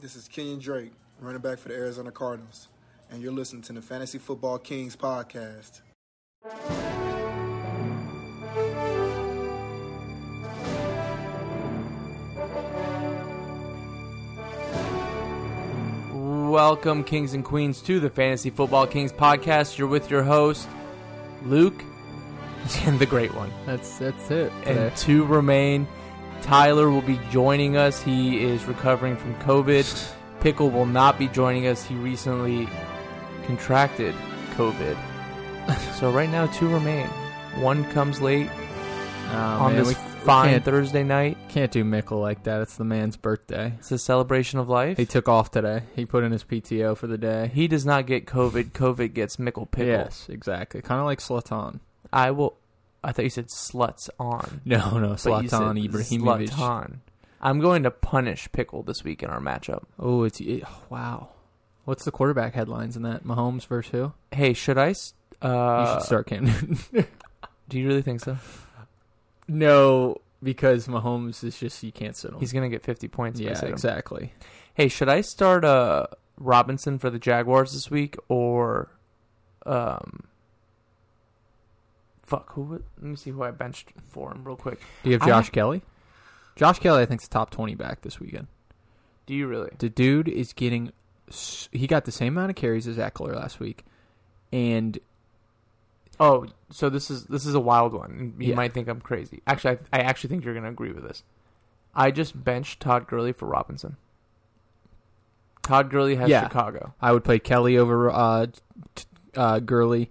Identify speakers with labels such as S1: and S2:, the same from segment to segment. S1: This is Kenyon Drake, running back for the Arizona Cardinals, and you're listening to the Fantasy Football Kings podcast.
S2: Welcome, Kings and Queens, to the Fantasy Football Kings podcast. You're with your host, Luke, and the great one.
S3: That's that's it. today.
S2: And two remain. Tyler will be joining us. He is recovering from COVID. Pickle will not be joining us. He recently contracted COVID. So right now, two remain. One comes late
S3: Oh,
S2: on
S3: man,
S2: this
S3: we
S2: fine
S3: can't-
S2: Thursday night.
S3: can't do Mickle like that. It's the man's birthday.
S2: It's a celebration of life.
S3: He took off today. He put in his PTO for the day.
S2: He does not get COVID. COVID gets Mickle Pickle.
S3: Yes, exactly. Kind of like Slaton.
S2: I will. I thought you said sluts on.
S3: No, no,
S2: But you said
S3: Slaton Ibrahimovic.
S2: Zlatan. I'm going to punish Pickle this week in our matchup.
S3: Oh, it's it, oh, wow. What's the quarterback headlines in that? Mahomes versus who?
S2: Hey, should I? s-
S3: you
S2: Uh,
S3: should start Cam Newton.
S2: Do you really think so?
S3: no, because Mahomes is just you can't sit him.
S2: He's going to get 50 points. if I
S3: yeah,
S2: sit him.
S3: exactly.
S2: Hey, should I start uh, Robinson for the Jaguars this week or um? Fuck who? wa- Let me see who I benched for him real quick.
S3: Do you have
S2: I-
S3: Josh Kelly? Josh Kelly, I think, is top twenty back this weekend.
S2: Do you really?
S3: The dude is getting. s- He got the same amount of carries as Eckler last week, and
S2: Oh, so this is this is a wild one. You
S3: Yeah.
S2: might think I'm crazy. Actually, I, I actually think you're going to agree with this. I just benched Todd Gurley for Robinson. Todd Gurley has
S3: Yeah.
S2: Chicago.
S3: I would play Kelly over uh, t- uh, Gurley.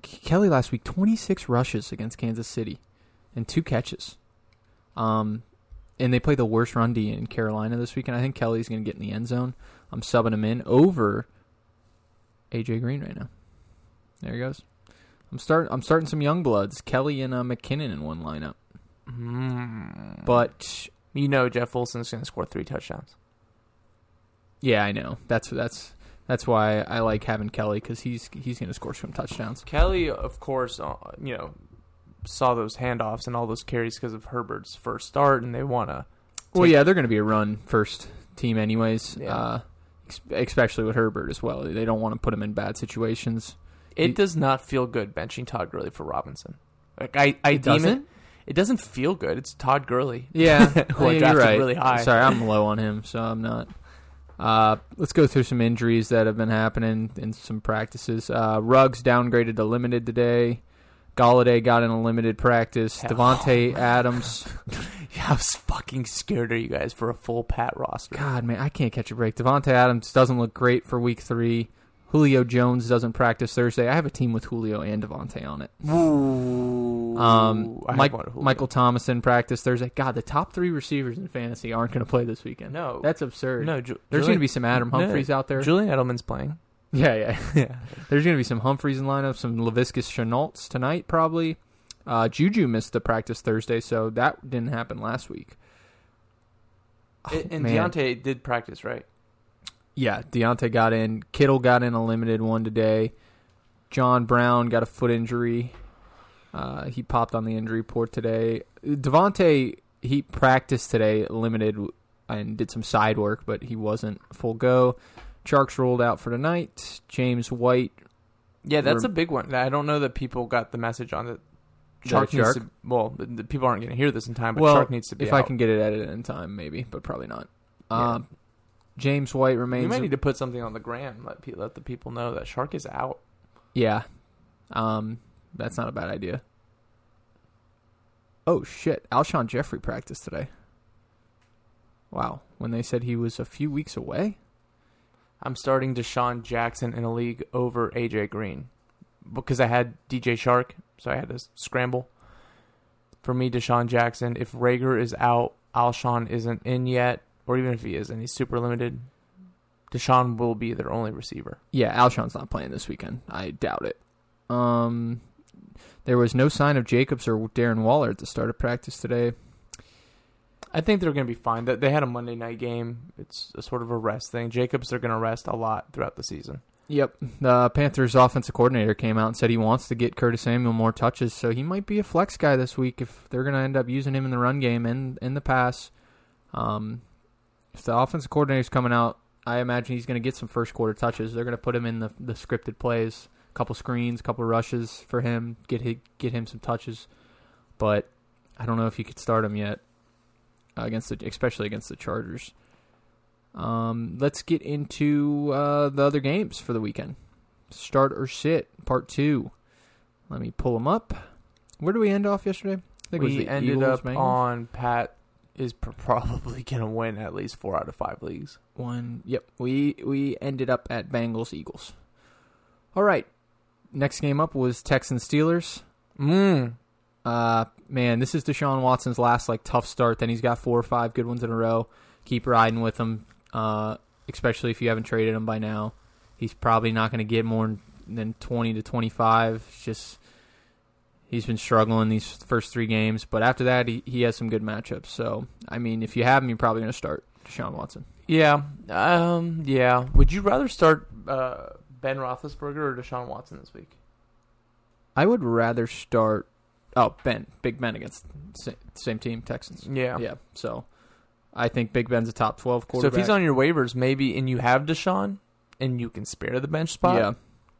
S3: K- Kelly last week, 26 rushes against Kansas City and two catches. Um, and they play the worst run D in Carolina this week, and I think Kelly's going to get in the end zone. I'm subbing him in over AJ Green right now. There he goes. I'm start. I'm starting some young bloods, Kelly and uh, McKinnon in one lineup.
S2: Mm.
S3: But
S2: you know Jeff Wilson's going to score three touchdowns.
S3: yeah, I know that's that's that's why I like having Kelly because he's he's going to score some touchdowns.
S2: Kelly, of course, uh, you know, saw those handoffs and all those carries because of Herbert's first start, and they want to.
S3: Well,
S2: take-
S3: yeah, they're going to be a run first team, anyways.
S2: Yeah.
S3: Uh, ex- especially with Herbert as well. They don't want to put him in bad situations.
S2: It
S3: He-
S2: does not feel good benching Todd Gurley for Robinson. Like I, I
S3: It
S2: deem it.
S3: doesn't?
S2: It doesn't feel good. It's Todd Gurley.
S3: Yeah,
S2: Who I
S3: yeah, you're
S2: drafted
S3: right.
S2: really high.
S3: Sorry, I'm low on him, so I'm not. Uh, let's go through some injuries that have been happening in some practices. Uh, Ruggs downgraded to limited today. Galladay got in a limited practice.
S2: Hell.
S3: Devontae Adams.
S2: Yeah, I was fucking scared of you guys for a full Pat roster.
S3: God, man, I can't catch a break. Devontae Adams doesn't look great for week three. Julio Jones doesn't practice Thursday. I have a team with Julio and Devontae on it.
S2: Um, Ooh,
S3: Um,
S2: I have
S3: Mike-
S2: one who-
S3: Michael Thomas in practice Thursday. God, the top three receivers in fantasy aren't going to play this weekend.
S2: No.
S3: that's absurd.
S2: No, Ju-
S3: there's going
S2: Julian-
S3: to be some Adam
S2: No.
S3: Humphreys out there.
S2: Julian Edelman's playing.
S3: yeah, yeah,
S2: Yeah.
S3: There's going to be some Humphreys in lineup. Some Laviscus Chenaults tonight, probably. Uh, Juju missed the practice Thursday, so that didn't happen last week. Oh,
S2: and
S3: man.
S2: Deontay did practice, right?
S3: Yeah, Deontay got in. Kittle got in a limited one today. John Brown got a foot injury. Uh, he popped on the injury report today. Devontae, he practiced today limited and did some side work, but he wasn't full go. Chark's rolled out for tonight. James White.
S2: Yeah, that's
S3: Rem-
S2: a big one. I don't know that people got the message on that.
S3: Chark
S2: Chark needs
S3: Jark?
S2: to. Well, the, the people aren't going to hear this in time, but
S3: Well,
S2: Chark needs to be
S3: if I
S2: out.
S3: can get it edited in time, maybe, but probably not.
S2: Yeah.
S3: Um, James White
S2: we
S3: remains.
S2: might need to put something on the gram. Let pe- let the people know that Shark is out.
S3: Yeah. Um, that's not a bad idea. Oh shit, Alshon Jeffrey practiced today. Wow, when they said he was a few weeks away?
S2: I'm starting Deshaun Jackson in a league over AJ Green because I had DJ Shark, so I had to s- scramble. For me, Deshaun Jackson. If Rager is out, Alshon isn't in yet, or even if he is and he's super limited, Deshaun will be their only receiver.
S3: Yeah, Alshon's not playing this weekend. I doubt it. Um there was no sign of Jacobs or Darren Waller at the start of practice today.
S2: I think they're going to be fine. That they had a Monday night game. It's a sort of a rest thing. Jacobs they're going to rest a lot throughout the season.
S3: Yep. The Panthers offensive coordinator came out and said he wants to get Curtis Samuel more touches, so he might be a flex guy this week if they're going to end up using him in the run game and in the pass. Um, if the offensive coordinator's coming out, I imagine he's going to get some first quarter touches. They're going to put him in the, the scripted plays, a couple screens, a couple rushes for him, get his, get him some touches. But I don't know if you could start him yet uh, against the, especially against the Chargers. Um, let's get into uh, the other games for the weekend. Start or sit, part two. Let me pull them up. Where do we end off yesterday? I think it was
S2: we
S3: the
S2: ended
S3: Eagles,
S2: up
S3: Bengals.
S2: on Pat is pr- probably going to win at least four out of five leagues.
S3: one. Yep, we we ended up at Bengals Eagles. All right, next game up was Texans Steelers.
S2: Mm.
S3: Uh, man, this is Deshaun Watson's last like tough start. Then he's got four or five good ones in a row. Keep riding with him, uh, especially if you haven't traded him by now. He's probably not going to get more than twenty to twenty-five. It's just he's been struggling these first three games, but after that, he, he has some good matchups. So, I mean, if you have him, you're probably going to start Deshaun Watson.
S2: Yeah. Um. Yeah. Would you rather start uh, Ben Roethlisberger or Deshaun Watson this week?
S3: I would rather start. Oh, Ben, Big Ben against sa- same team Texans.
S2: Yeah.
S3: Yeah, so I think Big Ben's a top twelve
S2: So
S3: quarterback.
S2: if he's on your waivers, maybe, and you have Deshaun, and you can spare the bench spot,
S3: yeah,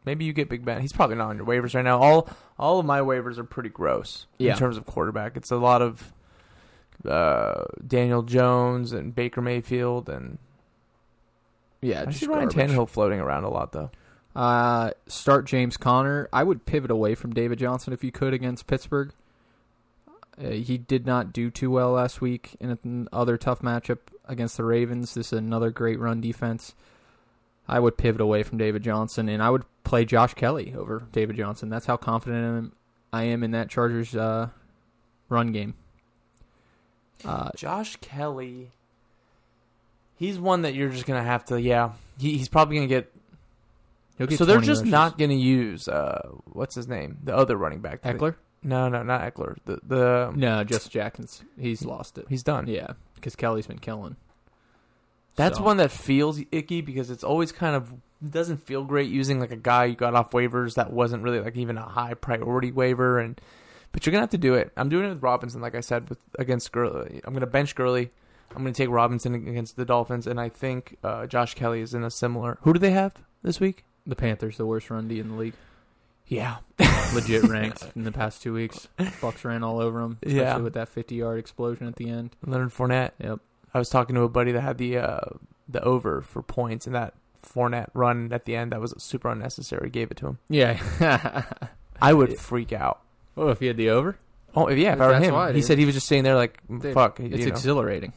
S2: maybe you get Big Ben. He's probably not on your waivers right now. All all of my waivers are pretty gross
S3: Yeah.
S2: in terms of quarterback. It's a lot of uh, Daniel Jones and Baker Mayfield, and
S3: yeah,
S2: I
S3: just
S2: see Ryan
S3: garbage.
S2: Tannehill floating around a lot though.
S3: Uh, start James Conner. I would pivot away from David Johnson if you could against Pittsburgh. Uh, he did not do too well last week in another tough matchup against the Ravens. This is another great run defense. I would pivot away from David Johnson and I would play Josh Kelly over David Johnson. That's how confident I am- I am in that Chargers uh, run game. Uh,
S2: Josh Kelly, he's one that you're just gonna have to. Yeah, he, he's probably gonna get.
S3: he'll get
S2: so they're
S3: 20
S2: just
S3: rushes.
S2: not gonna use uh, what's his name, the other running back.
S3: Eckler.
S2: No, no, not Eckler. The the
S3: No, just Jackson's. He's lost it.
S2: he's done.
S3: Yeah, because Kelly's been killing.
S2: That's
S3: So-
S2: one that feels icky because it's always kind of it doesn't feel great using like a guy you got off waivers that wasn't really like even a high priority waiver and but you're gonna have to do it. I'm doing it with Robinson, like I said, with against Gurley. I'm gonna bench Gurley. I'm gonna take Robinson against the Dolphins, and I think uh, Josh Kelly is in a similar. Who do they have this week?
S3: The Panthers, the worst run D in the league,
S2: Yeah,
S3: legit ranked in the past two weeks. Bucks ran all over them, especially
S2: Yeah.
S3: with that 50 yard explosion at the end.
S2: Leonard Fournette.
S3: Yep.
S2: I was talking to a buddy that had the uh, the over for points, and that Fournette run at the end that was super unnecessary. Gave it to him.
S3: Yeah.
S2: I would freak out.
S3: oh, if you had the over,
S2: Oh yeah, if I were
S3: That's
S2: him,
S3: why,
S2: he
S3: dude.
S2: said he was just sitting there like,
S3: Dude,
S2: "Fuck."
S3: it's
S2: you know.
S3: exhilarating.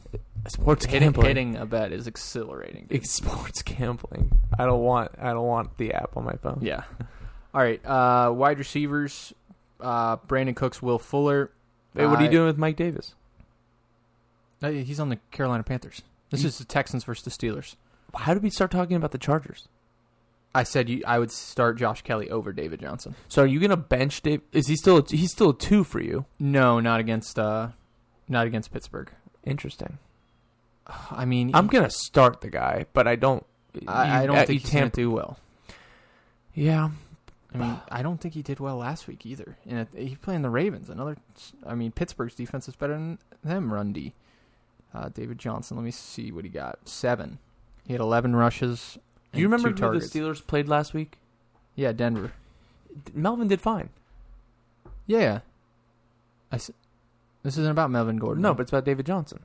S2: sports
S3: Hitting,
S2: gambling.
S3: hitting a bet is exhilarating. dude.
S2: It's sports gambling. I don't want. I don't want the app on my phone.
S3: Yeah. All right. Uh, wide receivers uh, Brandon Cooks, Will Fuller.
S2: Wait, what are you
S3: I-
S2: doing with Mike Davis?
S3: No, he's on the Carolina Panthers. This
S2: You-
S3: is the Texans versus the Steelers.
S2: How did we start talking about the Chargers?
S3: I said you, I would start Josh Kelly over David Johnson.
S2: So are you gonna bench Dave? Is he still? He's still a two for you.
S3: No, not against uh, not against Pittsburgh.
S2: Interesting.
S3: I mean,
S2: I'm gonna start the guy, but I don't. you-
S3: I, I don't
S2: uh,
S3: think
S2: you
S3: he's going
S2: tamp-
S3: to do well.
S2: Yeah,
S3: I mean, I don't think he did well last week either. And it, he playing the Ravens. Another, I mean, Pittsburgh's defense is better than them. Run D. Uh, David Johnson. Let me see what he got. Seven. He had eleven rushes.
S2: Do you
S3: and
S2: remember
S3: two
S2: who
S3: targets.
S2: the Steelers played last week?
S3: Yeah, Denver.
S2: D- Melvin did fine.
S3: Yeah. I s- this isn't about Melvin Gordon.
S2: No, but it's about David Johnson.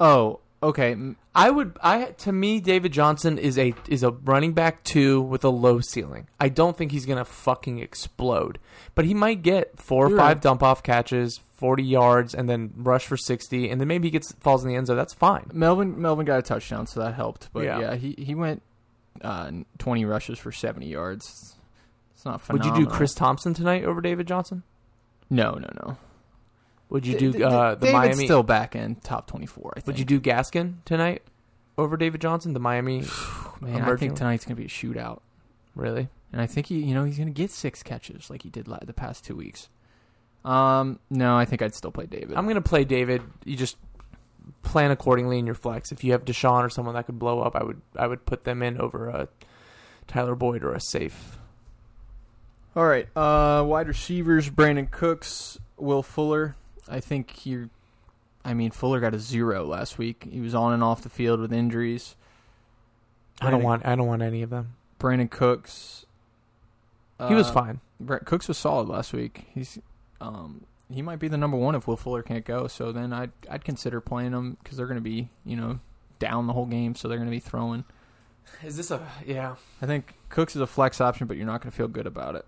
S3: oh, okay. M-
S2: I would I to me David Johnson is a is a running back two with a low ceiling. I don't think he's gonna fucking explode. But he might get four or
S3: You're
S2: five
S3: right.
S2: dump off catches, forty yards, and then rush for sixty, and then maybe he gets falls in the end zone. That's fine.
S3: Melvin Melvin got a touchdown, so that helped. But
S2: Yeah.
S3: yeah, he he went uh, twenty rushes for seventy yards. It's not
S2: Would you
S3: phenomenal.
S2: do Chris Thompson tonight over David Johnson?
S3: No, no, no.
S2: Would you do
S3: D-
S2: uh,
S3: D-
S2: the
S3: David's
S2: Miami?
S3: still back in top twenty-four. I think.
S2: would you do Gaskin tonight over David Johnson? The Miami,
S3: Man, I
S2: emerging-
S3: think tonight's gonna be a shootout,
S2: really?
S3: and I think he, you know, he's gonna get six catches like he did la- the past two weeks. Um, no, I think I'd still play David.
S2: I'm gonna play David. You just plan accordingly in your flex. If you have Deshaun or someone that could blow up, I would I would put them in over a Tyler Boyd or a safe.
S3: All right, uh, wide receivers: Brandon Cooks, Will Fuller. I think you're. I mean, Fuller got a zero last week. He was on and off the field with injuries.
S2: I don't
S3: Brandon-
S2: want. I don't want any of them.
S3: Brandon Cooks.
S2: He was
S3: uh,
S2: fine.
S3: Brent Cooks was solid last week. He's um, he might be the number one if Will Fuller can't go. So then I'd I'd consider playing him because they're going to be you know down the whole game, so they're going to be throwing.
S2: Is this a yeah?
S3: I think Cooks is a flex option, but you're not going to feel good about it.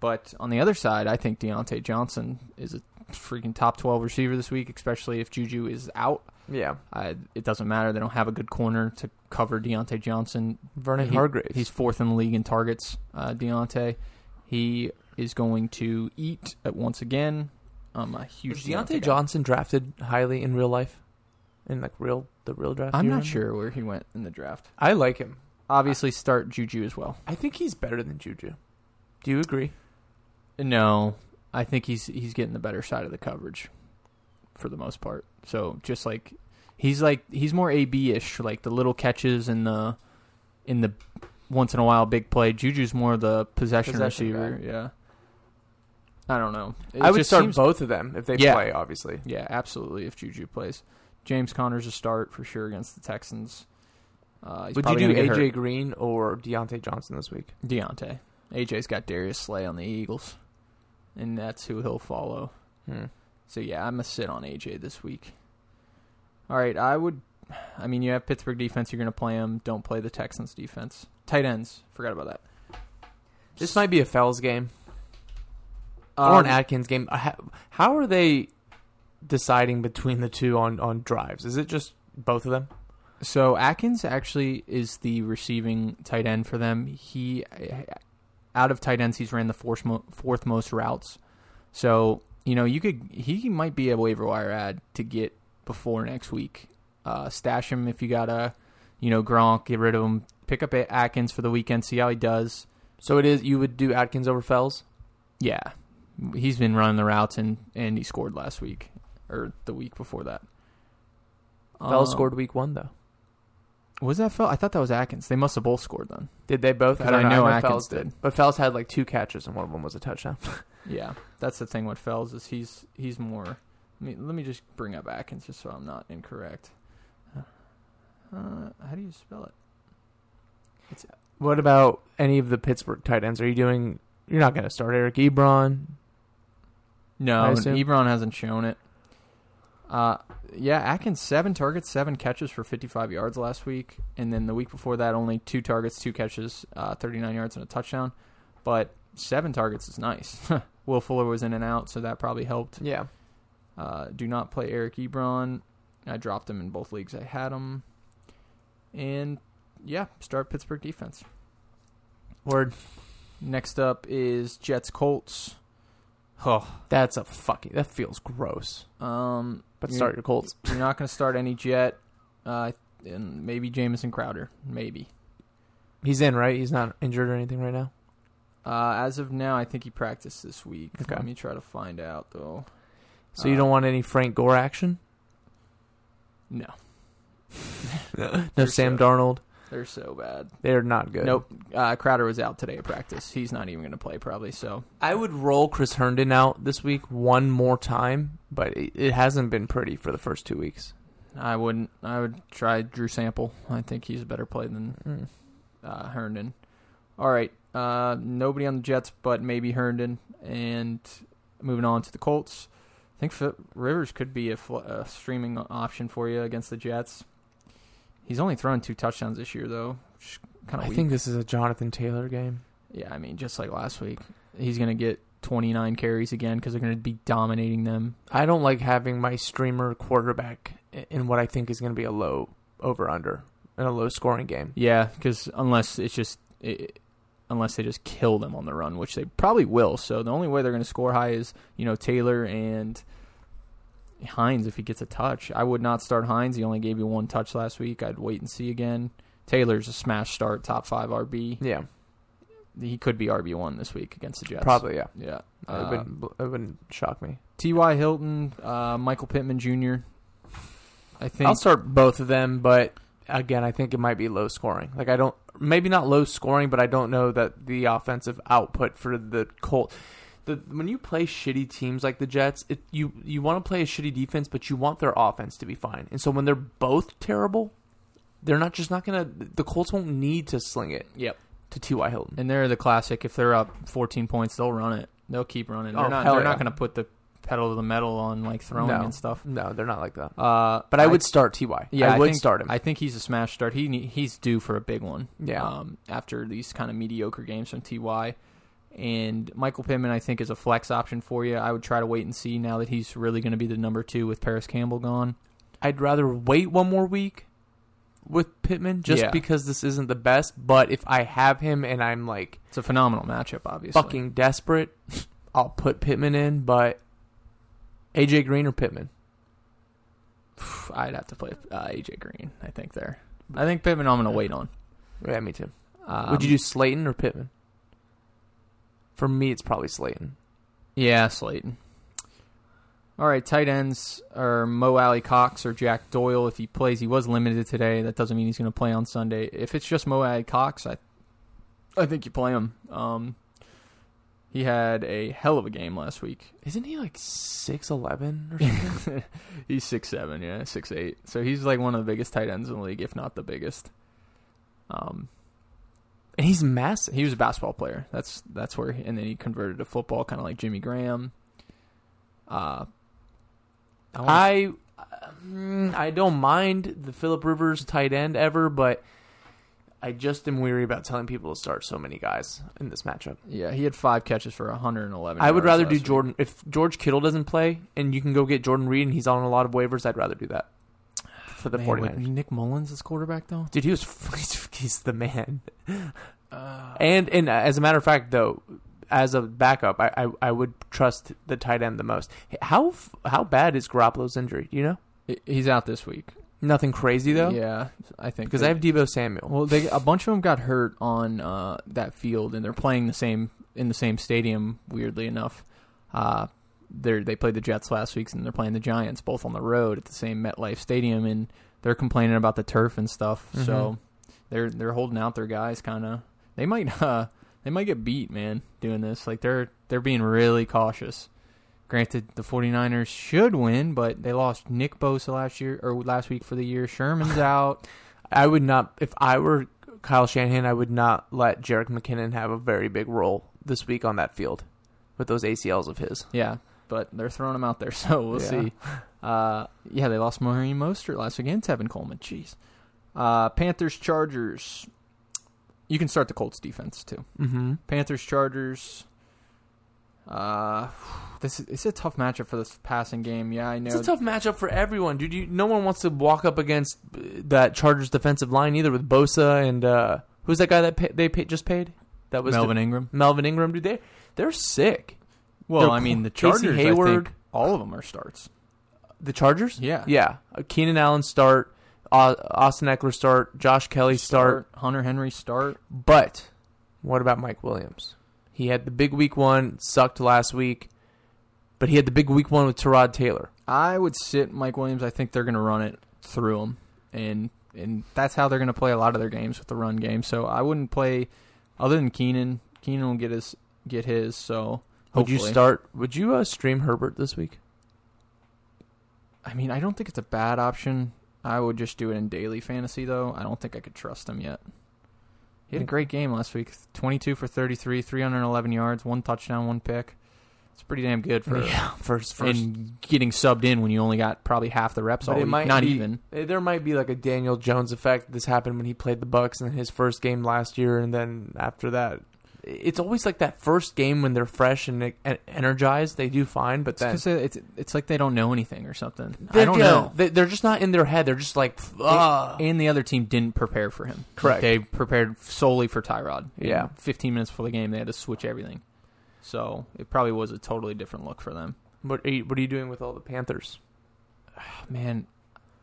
S3: But on the other side, I think Deontay Johnson is a freaking top 12 receiver this week, especially if Juju is out.
S2: Yeah.
S3: I, it doesn't matter. They don't have a good corner to cover Deontay Johnson.
S2: Vernon
S3: He-
S2: Hargreaves.
S3: He's fourth in the league in targets, uh, Deontay. He is going to eat at once again. I'm a huge
S2: was Deontay
S3: guy.
S2: Johnson drafted highly in real life, in like real the real draft. Do
S3: I'm
S2: you
S3: not
S2: remember?
S3: sure where he went in the draft.
S2: I like him.
S3: Obviously, start Juju as well.
S2: I think he's better than Juju. Do you agree?
S3: No, I think he's he's getting the better side of the coverage for the most part. So just like he's like he's more AB ish, like the little catches and the in the once in a while big play. Juju's more the possession,
S2: Possession
S3: receiver. Yeah, I don't know. It
S2: I would
S3: just
S2: start
S3: seems-
S2: both of them if they
S3: Yeah.
S2: play. Obviously,
S3: Yeah, absolutely. If Juju plays, James Conner's a start for sure against the Texans. Uh, he's
S2: would you
S3: probably
S2: do
S3: gonna get
S2: AJ
S3: hurt.
S2: Green or Deontay Johnson this week?
S3: Deontay? AJ's got Darius Slay on the Eagles, and that's who he'll follow.
S2: Hmm.
S3: So yeah, I'm gonna sit on AJ this week. All right, I would. I mean, you have Pittsburgh defense. You're gonna play them. Don't play the Texans defense. Tight ends. Forgot about that.
S2: This might be a Fells game or
S3: Um,
S2: an Atkins game. Uh, ho- How are they deciding between the two on on drives? Is it just both of them?
S3: so Atkins actually is the receiving tight end for them. He, out of tight ends, he's ran the fourth, mo- fourth most routes. So you know you could he might be a waiver wire ad to get before next week. Uh, stash him if you gotta, you know Gronk. Get rid of him. Pick up Atkins for the weekend. See how he does.
S2: So it is. You would do Atkins over Fells.
S3: Yeah, he's been running the routes and and he scored last week or the week before that.
S2: Fells
S3: Um,
S2: scored week one though.
S3: Was that Fel? I thought that was Atkins. They must have both scored then.
S2: Did they both?
S3: 'Cause I know Atkins
S2: Fells
S3: did.
S2: but Fells had like two catches and one of them was a touchdown.
S3: Yeah, that's the thing with Fells is he's he's more. Let me, let me just bring up Atkins just so I'm not incorrect. Uh, how do you spell it?
S2: What about any of the Pittsburgh tight ends? Are you doing? You're not going to start Eric Ebron.
S3: No,
S2: I assume-
S3: Ebron hasn't shown it. Uh, yeah, Atkins seven targets, seven catches for 55 yards last week, and then the week before that only two targets, two catches, uh, 39 yards and a touchdown. But seven targets is nice. Will Fuller was in and out, so that probably helped.
S2: Yeah,
S3: Uh, do not play Eric Ebron. I dropped him in both leagues. I had him, and yeah, start Pittsburgh defense.
S2: word.
S3: Next up is Jets Colts. Oh,
S2: That's a fucking. That feels gross.
S3: um,
S2: But
S3: you're-
S2: start your Colts.
S3: You're not going to start any Jet, uh, and maybe Jamison Crowder, maybe.
S2: He's in, right? He's not injured or anything right now.
S3: Uh, as of now, I think he practiced this week.
S2: Okay.
S3: Let me try to find out though.
S2: So you don't want any Frank Gore action?
S3: No,
S2: No
S3: Sure,
S2: Sam
S3: so.
S2: Darnold.
S3: they're so bad.
S2: They're not good.
S3: Nope. Uh, Crowder was out today at practice. He's not even going to play probably. So
S2: I would roll Chris Herndon out this week one more time, but it, it hasn't been pretty for the first two weeks.
S3: I wouldn't. I would try Drew Sample. I think he's a better play than
S2: Mm.
S3: uh, Herndon. All right. Uh, nobody on the Jets, but maybe Herndon. And moving on to the Colts. I think Phil Rivers could be a, fl- a streaming option for you against the Jets. He's only thrown two touchdowns this year, though. Which kind
S2: I
S3: of weak.
S2: think this is a Jonathan Taylor game.
S3: yeah, I mean, just like last week, he's going to get 29 carries again because they're going to be dominating them.
S2: I don't like having my streamer quarterback i- in what I think is going to be a low over under and a low scoring game.
S3: Yeah, because unless it's just it, unless they just kill them on the run, which they probably will. So the only way they're going to score high is you know Taylor and Hines if he gets a touch. I would not start Hines. He only gave you one touch last week. I'd wait and see again. Taylor's a smash start, top five RB.
S2: Yeah,
S3: He could be RB one this week against the Jets.
S2: probably. Yeah,
S3: Yeah.
S2: it,
S3: Uh,
S2: wouldn't, it wouldn't shock me.
S3: T.Y. Hilton, uh, Michael Pittman Jr. I think
S2: I'll start both of them, but again, I think it might be low scoring. Like I don't, maybe not low scoring, but I don't know that the offensive output for the Colt. the when you play shitty teams like the Jets, it, you you want to play a shitty defense, but you want their offense to be fine. And so when they're both terrible, they're not just not gonna. The Colts won't need to sling it
S3: Yep.
S2: to T.Y. Hilton.
S3: And they're the classic. If they're up 14 points, they'll run it. They'll keep running. They're
S2: Oh,
S3: not.
S2: hell
S3: They're not
S2: yeah.
S3: going to put the pedal to the metal on like throwing
S2: No.
S3: and stuff.
S2: No, they're not like that.
S3: Uh,
S2: But I, would start Ty.
S3: Yeah,
S2: I, would
S3: think,
S2: start him.
S3: I think he's a smash start. He ne- he's due for a big one.
S2: Yeah.
S3: Um, after these kind of mediocre games from Ty, and Michael Pittman, I think is a flex option for you. I would try to wait and see now that he's really going to be the number two with Paris Campbell gone.
S2: I'd rather wait one more week with Pittman just
S3: Yeah.
S2: because this isn't the best. But if I have him and I'm like
S3: It's a phenomenal matchup, obviously.
S2: fucking desperate, I'll put Pittman in. But AJ Green or Pittman,
S3: I'd have to play uh, AJ Green. I think there. I think Pittman. I'm going to wait on.
S2: yeah, me too.
S3: Um,
S2: would you do Slayton or Pittman? For me, it's probably Slayton.
S3: Yeah, Slayton. All right, tight ends are Mo Alley Cox or Jack Doyle. If he plays, he was limited today. That doesn't mean he's going to play on Sunday. If it's just Mo Alley Cox, I, I think you play him. Um, he had a hell of a game last week.
S2: Isn't he like six eleven or something?
S3: he's six seven, yeah, six eight. So he's like one of the biggest tight ends in the league, if not the biggest. Um,
S2: and he's massive.
S3: he was a basketball player. That's that's where, and then he converted to football, kind of like Jimmy Graham. Uh, I wanna
S2: I mm, I don't mind the Philip Rivers tight end ever, but I just am weary about telling people to start so many guys in this matchup.
S3: Yeah, he had five catches for 111.
S2: I would
S3: yards
S2: rather
S3: last
S2: do
S3: week.
S2: Jordan if George Kittle doesn't play and you can go get Jordan Reed and he's on a lot of waivers. I'd rather do that for the
S3: Man,
S2: Forty
S3: with
S2: 49ers.
S3: Nick Mullins as quarterback, though.
S2: Dude, he was he's, he's the man.
S3: Uh,
S2: and and as a matter of fact, though, as a backup, I, I I would trust the tight end the most. How f- how bad is Garoppolo's injury? Do you know?
S3: He- He's out this week.
S2: Nothing crazy though.
S3: Yeah, I think
S2: Because
S3: they-
S2: I have Debo Samuel.
S3: Well, they a bunch of them got hurt on uh, that field, and they're playing the same in the same stadium. Weirdly enough, uh, they they played the Jets last week, and they're playing the Giants both on the road at the same MetLife Stadium, and they're complaining about the turf and stuff. So they're they're holding out their guys, kind of. They might uh, they might get beat, man, doing this. Like they're they're being really cautious. Granted, the 49ers should win, but they lost Nick Bosa last year or last week for the year. Sherman's out.
S2: I would not, if I were Kyle Shanahan, I would not let Jarek McKinnon have a very big role this week on that field with those ACLs of his.
S3: Yeah, but they're throwing him out there, so we'll
S2: Yeah.
S3: see. Uh, yeah, they lost Maureen Mostert last week and Tevin Coleman. Jeez. Uh, Panthers, Chargers. You can start the Colts defense too.
S2: Mm-hmm.
S3: Panthers, Chargers. Uh, this is it's a tough matchup for this passing game. Yeah, I know.
S2: It's a tough matchup for everyone, dude. You, no one wants to walk up against uh, that Chargers defensive line either with Bosa and uh, who's that guy that pay, they pay, just paid? That was
S3: Melvin Ingram.
S2: the- Melvin Ingram, dude. They they're sick.
S3: Well,
S2: They're
S3: I mean the
S2: cool.
S3: Chargers.
S2: Casey
S3: I think,
S2: Hayward.
S3: all of them are starts.
S2: The Chargers,
S3: Yeah.
S2: yeah. Uh, Keenan Allen start, Au- Austin Eckler start, Josh Kelly start.
S3: Hunter Henry start.
S2: But what about Mike Williams? He had the big week one, sucked last week, but he had the big week one with Terod Taylor.
S3: I would sit Mike Williams. I think they're going to run it through him, and and that's how they're going to play a lot of their games with the run game. So I wouldn't play other than Keenan. Keenan will get his get his. So
S2: Would you
S3: hopefully.
S2: start? Would you uh, stream Herbert this week?
S3: I mean, I don't think it's a bad option. I would just do it in daily fantasy though. I don't think I could trust him yet. He had a great game last week. Twenty-two for thirty-three, three hundred eleven yards, one touchdown, one pick. It's pretty damn good for
S2: yeah, first, first.
S3: and getting subbed in when you only got probably half the reps
S2: But
S3: all
S2: it
S3: week.
S2: might
S3: Not
S2: be-
S3: even.
S2: Eh, There might be like a Daniel Jones effect. This happened when he played the Bucks in his first game last year, and then after that, it's always like that first game when they're fresh and eh, en- energized, they do fine. But then
S3: It's, 'cause it's it's like they don't know anything or something. I
S2: They're-
S3: don't
S2: yeah,
S3: know.
S2: they- They're just not in their head. They're just like, ah.
S3: And the other team didn't prepare for him.
S2: Correct.
S3: They prepared solely for Tyrod.
S2: Yeah.
S3: Fifteen minutes before the game, they had to switch everything. So it probably was a totally different look for them.
S2: What are you, what are you doing with all the Panthers?
S3: Man,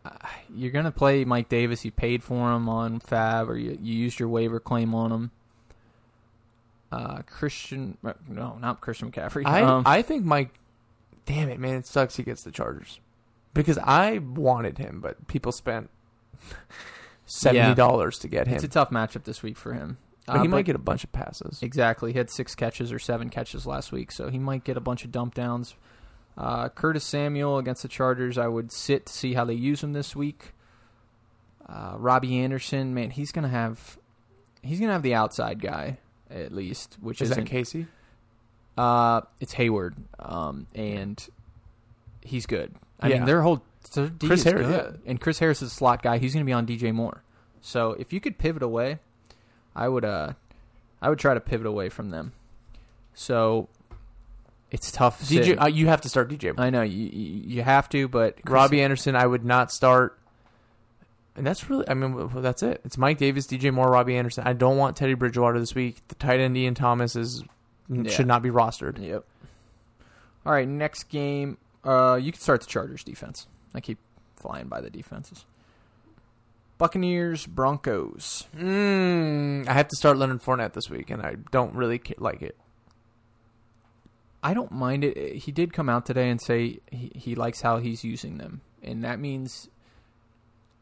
S3: I- you're gonna play Mike Davis. You paid for him on Fab, or you, you used your waiver claim on him. Uh, Christian, no, not Christian McCaffrey.
S2: I
S3: Um,
S2: I think Mike. Damn it, man! It sucks he gets the Chargers because I wanted him, but people spent seventy dollars to get him.
S3: It's a tough matchup this week for him.
S2: But
S3: Uh,
S2: he might
S3: but-
S2: get a bunch of passes.
S3: Exactly. He had six catches or seven catches last week, so he might get a bunch of dump downs. Uh, Curtis Samuel against the Chargers, I would sit to see how they use him this week. Uh, Robbie Anderson, man, he's gonna have he's gonna have the outside guy at least, which
S2: Is
S3: isn't-
S2: that Casey?
S3: uh, it's Hayward, um, and he's good. I
S2: Yeah.
S3: mean, their whole their D
S2: Chris
S3: is
S2: Harris,
S3: good. and Chris Harris is a slot guy. He's going to be on DJ Moore. So if you could pivot away, I would. Uh, I would try to pivot away from them. So it's tough.
S2: DJ,
S3: sitting.
S2: uh, you have to start DJ.
S3: I know you. You you have to, but Chris-
S2: Robbie Anderson, I would not start. And that's really, I mean, well, that's it. It's Mike Davis, DJ Moore, Robbie Anderson. I don't want Teddy Bridgewater this week. The tight end Ian Thomas is
S3: Yeah.
S2: should not be rostered.
S3: Yep. All right, next game. Uh, you can start the Chargers defense. I keep flying by the defenses. Buccaneers, Broncos.
S2: Mm, I have to start Leonard Fournette this week, and I don't really ca- like it.
S3: I don't mind it. Uh, He did come out today and say he, he likes how he's using them, and that means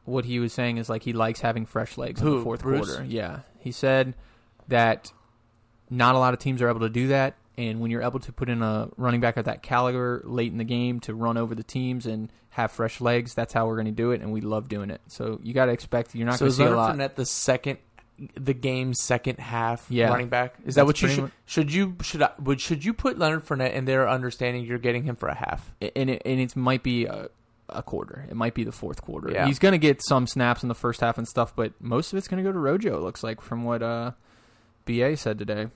S3: what he was saying is like he likes having fresh legs in
S2: Who,
S3: the fourth
S2: Bruce?
S3: quarter. Yeah, he said that not a lot of teams are able to do that, and when you're able to put in a running back of that caliber late in the game to run over the teams and have fresh legs, that's how we're going to do it, and we love doing it. So you got to expect you're not
S2: so
S3: going
S2: is
S3: to see a
S2: Leonard
S3: lot.
S2: Fournette the second, the game's second half
S3: Yeah.
S2: running back? Is that
S3: That's
S2: what you
S3: pretty
S2: should
S3: much-
S2: should you should I, would should you put Leonard Fournette in there, understanding you're getting him for a half?
S3: and it, and it might be a, a quarter. It might be the fourth quarter.
S2: Yeah.
S3: He's going to get some snaps in the first half and stuff, but most of it's going to go to Rojo. It looks like from what uh, Ba said today.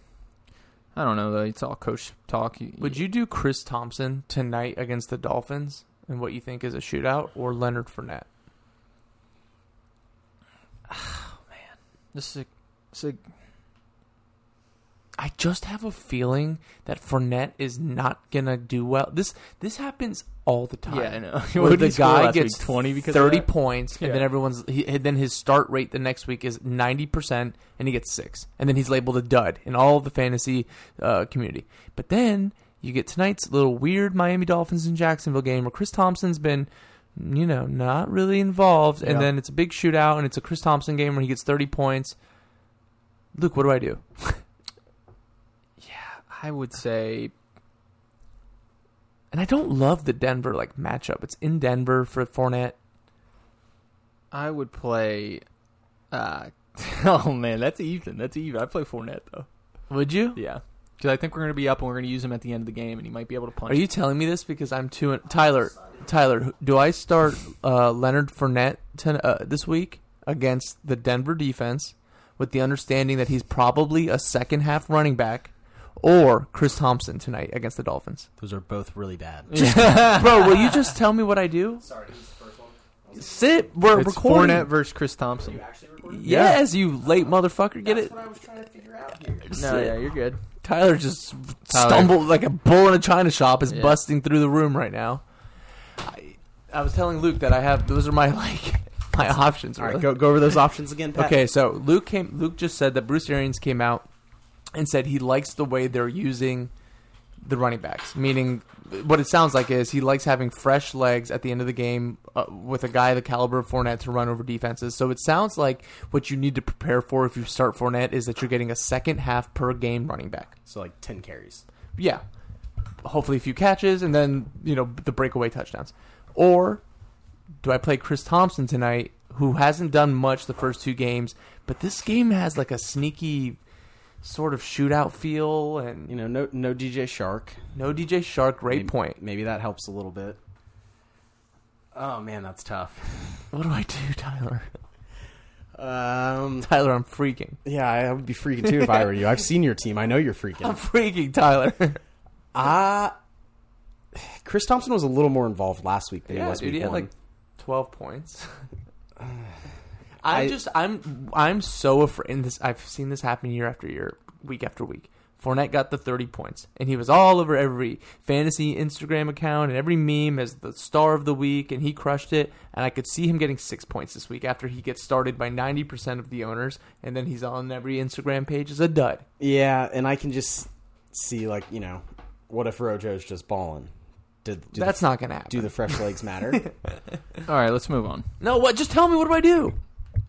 S3: I don't know though. It's all coach talk.
S2: Would you do Chris Thompson tonight against the Dolphins and what you think is a shootout, or Leonard Fournette?
S3: This is a, this is a-
S2: I just have a feeling that Fournette is not gonna do well. This this happens all the time.
S3: yeah, I know.
S2: Where
S3: What did
S2: the
S3: he score
S2: guy
S3: last week?
S2: gets
S3: twenty because of
S2: Thirty
S3: that?
S2: points, and then
S3: Yeah.
S2: everyone's he, and then his start rate the next week is ninety percent, and he gets six, and then he's labeled a dud in all of the fantasy uh, community. But then you get tonight's little weird Miami Dolphins and Jacksonville game where Chris Thompson's been, you know, not really involved, and
S3: Yeah.
S2: then it's a big shootout, and it's a Chris Thompson game where he gets thirty points. Luke, what do I do?
S3: I would say
S2: And I don't love the Denver like matchup. It's in Denver for Fournette.
S3: I would play. Uh, oh man, that's even. That's even. I play Fournette though.
S2: Would you?
S3: Yeah, because I think we're going to be up and we're going to use him at the end of the game, and he might be able to punch.
S2: Are you telling me this because I'm too Tyler? Tyler, who- do I start uh, Leonard Fournette ten, uh, this week against the Denver defense with the understanding that he's probably a second half running back, or Chris Thompson tonight against the Dolphins?
S4: Those are both really bad.
S2: Bro, will you just tell me what I do?
S4: Sorry, who's the first one?
S2: Sit. We're
S3: It's
S2: recording.
S3: Fournette versus Chris Thompson.
S4: Actually, recording.
S2: Yes, you late motherfucker. Get it?
S4: I was trying to figure out here.
S3: No, yeah, you're good.
S2: Tyler just
S3: Tyler.
S2: stumbled like a bull in a china shop is
S3: Yeah.
S2: busting through the room right now. I, I was telling Luke that I have those are my like my options.
S4: All
S2: Really.
S4: right, go go over those options again, Pat.
S2: Okay, so Luke came. Luke just said that Bruce Arians came out and said he likes the way they're using the running backs. Meaning, what it sounds like is he likes having fresh legs at the end of the game uh, with a guy the caliber of Fournette to run over defenses. So it sounds like what you need to prepare for if you start Fournette is that you're getting a second half per game running back
S4: So like ten carries.
S2: yeah, hopefully a few catches and then you know the breakaway touchdowns. Or do I play Chris Thompson tonight, who hasn't done much the first two games, but this game has like a sneaky sort of shootout feel
S4: You
S2: and
S4: know, no no DJ Shark.
S2: no DJ Shark. Great
S4: Maybe-
S2: point.
S4: Maybe that helps a little bit. Oh man, that's tough.
S2: What do I do, Tyler?
S4: Um,
S2: Tyler, I'm freaking.
S4: yeah, I would be freaking too if I were you. I've seen your team. I know you're freaking.
S2: I'm freaking, Tyler.
S4: Uh Chris Thompson was a little more involved last week than he was week
S2: he had
S4: one.
S2: like twelve points. I,
S4: I-
S2: just I'm I'm so afraid. And this I've seen this happen year after year, week after week. Fournette got the thirty points, and he was all over every fantasy Instagram account and every meme as the star of the week, and he crushed it. And I could see him getting six points this week after he gets started by ninety percent of the owners, and then he's on every Instagram page as a dud.
S4: yeah, and I can just see like you know, what if Rojo's just balling? Did do
S2: That's
S4: the,
S2: not gonna happen.
S4: do the fresh legs matter?
S3: All right, let's move on.
S2: no, what? Just tell me what do I do?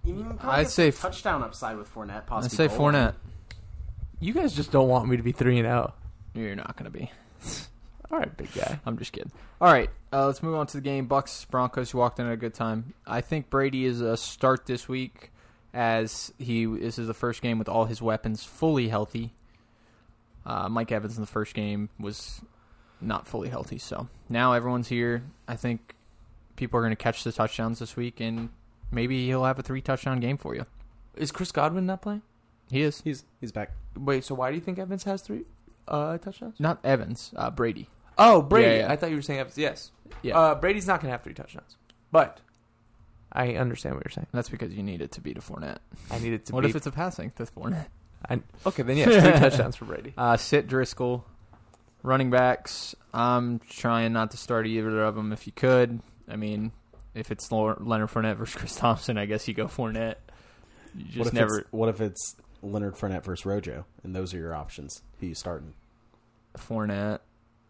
S4: You mean, probably
S3: I'd
S4: get
S3: say
S4: some touchdown upside with Fournette.
S3: Let's
S4: Possibly
S3: say
S4: goal line.
S3: Fournette.
S2: You guys just don't want me to be three and zero.
S3: You're not going to be.
S2: All right, big guy.
S3: I'm just kidding. All right, uh, let's move on to the game. Bucks Broncos walked in at a good time. I think Brady is a start this week, as he this is the first game with all his weapons fully healthy. Uh, Mike Evans in the first game was not fully healthy, so now everyone's here. I think people are going to catch the touchdowns this week, and maybe he'll have a three touchdown game for you.
S2: Is Chris Godwin not playing?
S3: He is
S4: He's he's back.
S2: Wait, so why do you think Evans has three uh, touchdowns?
S3: not Evans, uh, Brady.
S2: Oh, Brady.
S3: Yeah, yeah.
S2: I thought you were saying Evans. Yes.
S3: Yeah,
S2: Uh, Brady's not going to have three touchdowns, but I understand what you're saying.
S3: that's because you need it to beat a Fournette.
S2: I need it to
S3: What
S2: be.
S3: if it's a passing to Fournette?
S2: I, okay, then yes, three touchdowns for Brady.
S3: Uh, Sit Driscoll, running backs. I'm trying not to start either of them if you could. I mean, if it's Lo- Leonard Fournette versus Chris Thompson, I guess you go Fournette. You
S4: What
S3: just
S4: if
S3: never
S4: it's, what if it's Leonard Fournette versus Rojo, and those are your options? Who you starting?
S3: Fournette.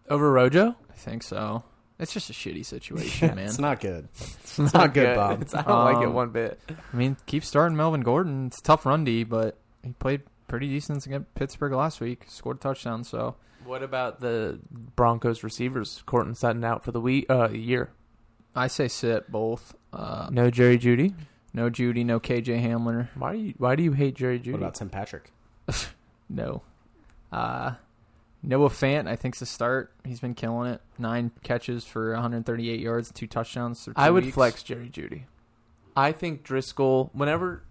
S2: Over Rojo?
S3: I think so. It's just a shitty situation, man.
S4: It's not good. It's, not, good, Bob.
S2: It's- I don't like it
S3: Um,
S2: one bit.
S3: I mean, keep starting Melvin Gordon. It's a tough run D, but he played pretty decent against Pittsburgh last week. Scored a touchdown, so
S2: What about the Broncos receivers? Corton Sutton out for the week, uh, year.
S3: I say sit both. Uh,
S2: No Jerry Judy.
S3: no Judy, no KJ Hamler,
S2: Why do you Why do you hate Jerry Judy?
S4: What about Tim Patrick?
S3: No. Uh, Noah Fant, I think's a start. He's been killing it. Nine catches for 138 yards, two touchdowns. through two
S2: I would
S3: weeks.
S2: flex Jerry Judy. I think Driscoll. Whenever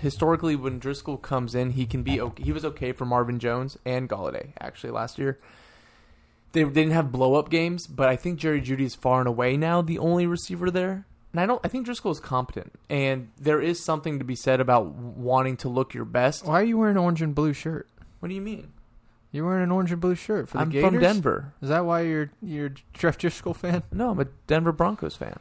S2: historically, when Driscoll comes in, he can be. Okay, he was okay for Marvin Jones and Galladay actually last year. They they didn't have blow up games, but I think Jerry Judy is far and away now the only receiver there. And I don't. I think Driscoll is competent, and there is something to be said about wanting to look your best.
S3: Why are you wearing an orange and blue shirt?
S2: What do you mean?
S3: You're wearing an orange and blue shirt for the
S2: I'm
S3: Gators.
S2: from Denver.
S3: Is that why you're you're Jeff Driscoll fan?
S2: No, I'm a Denver Broncos fan.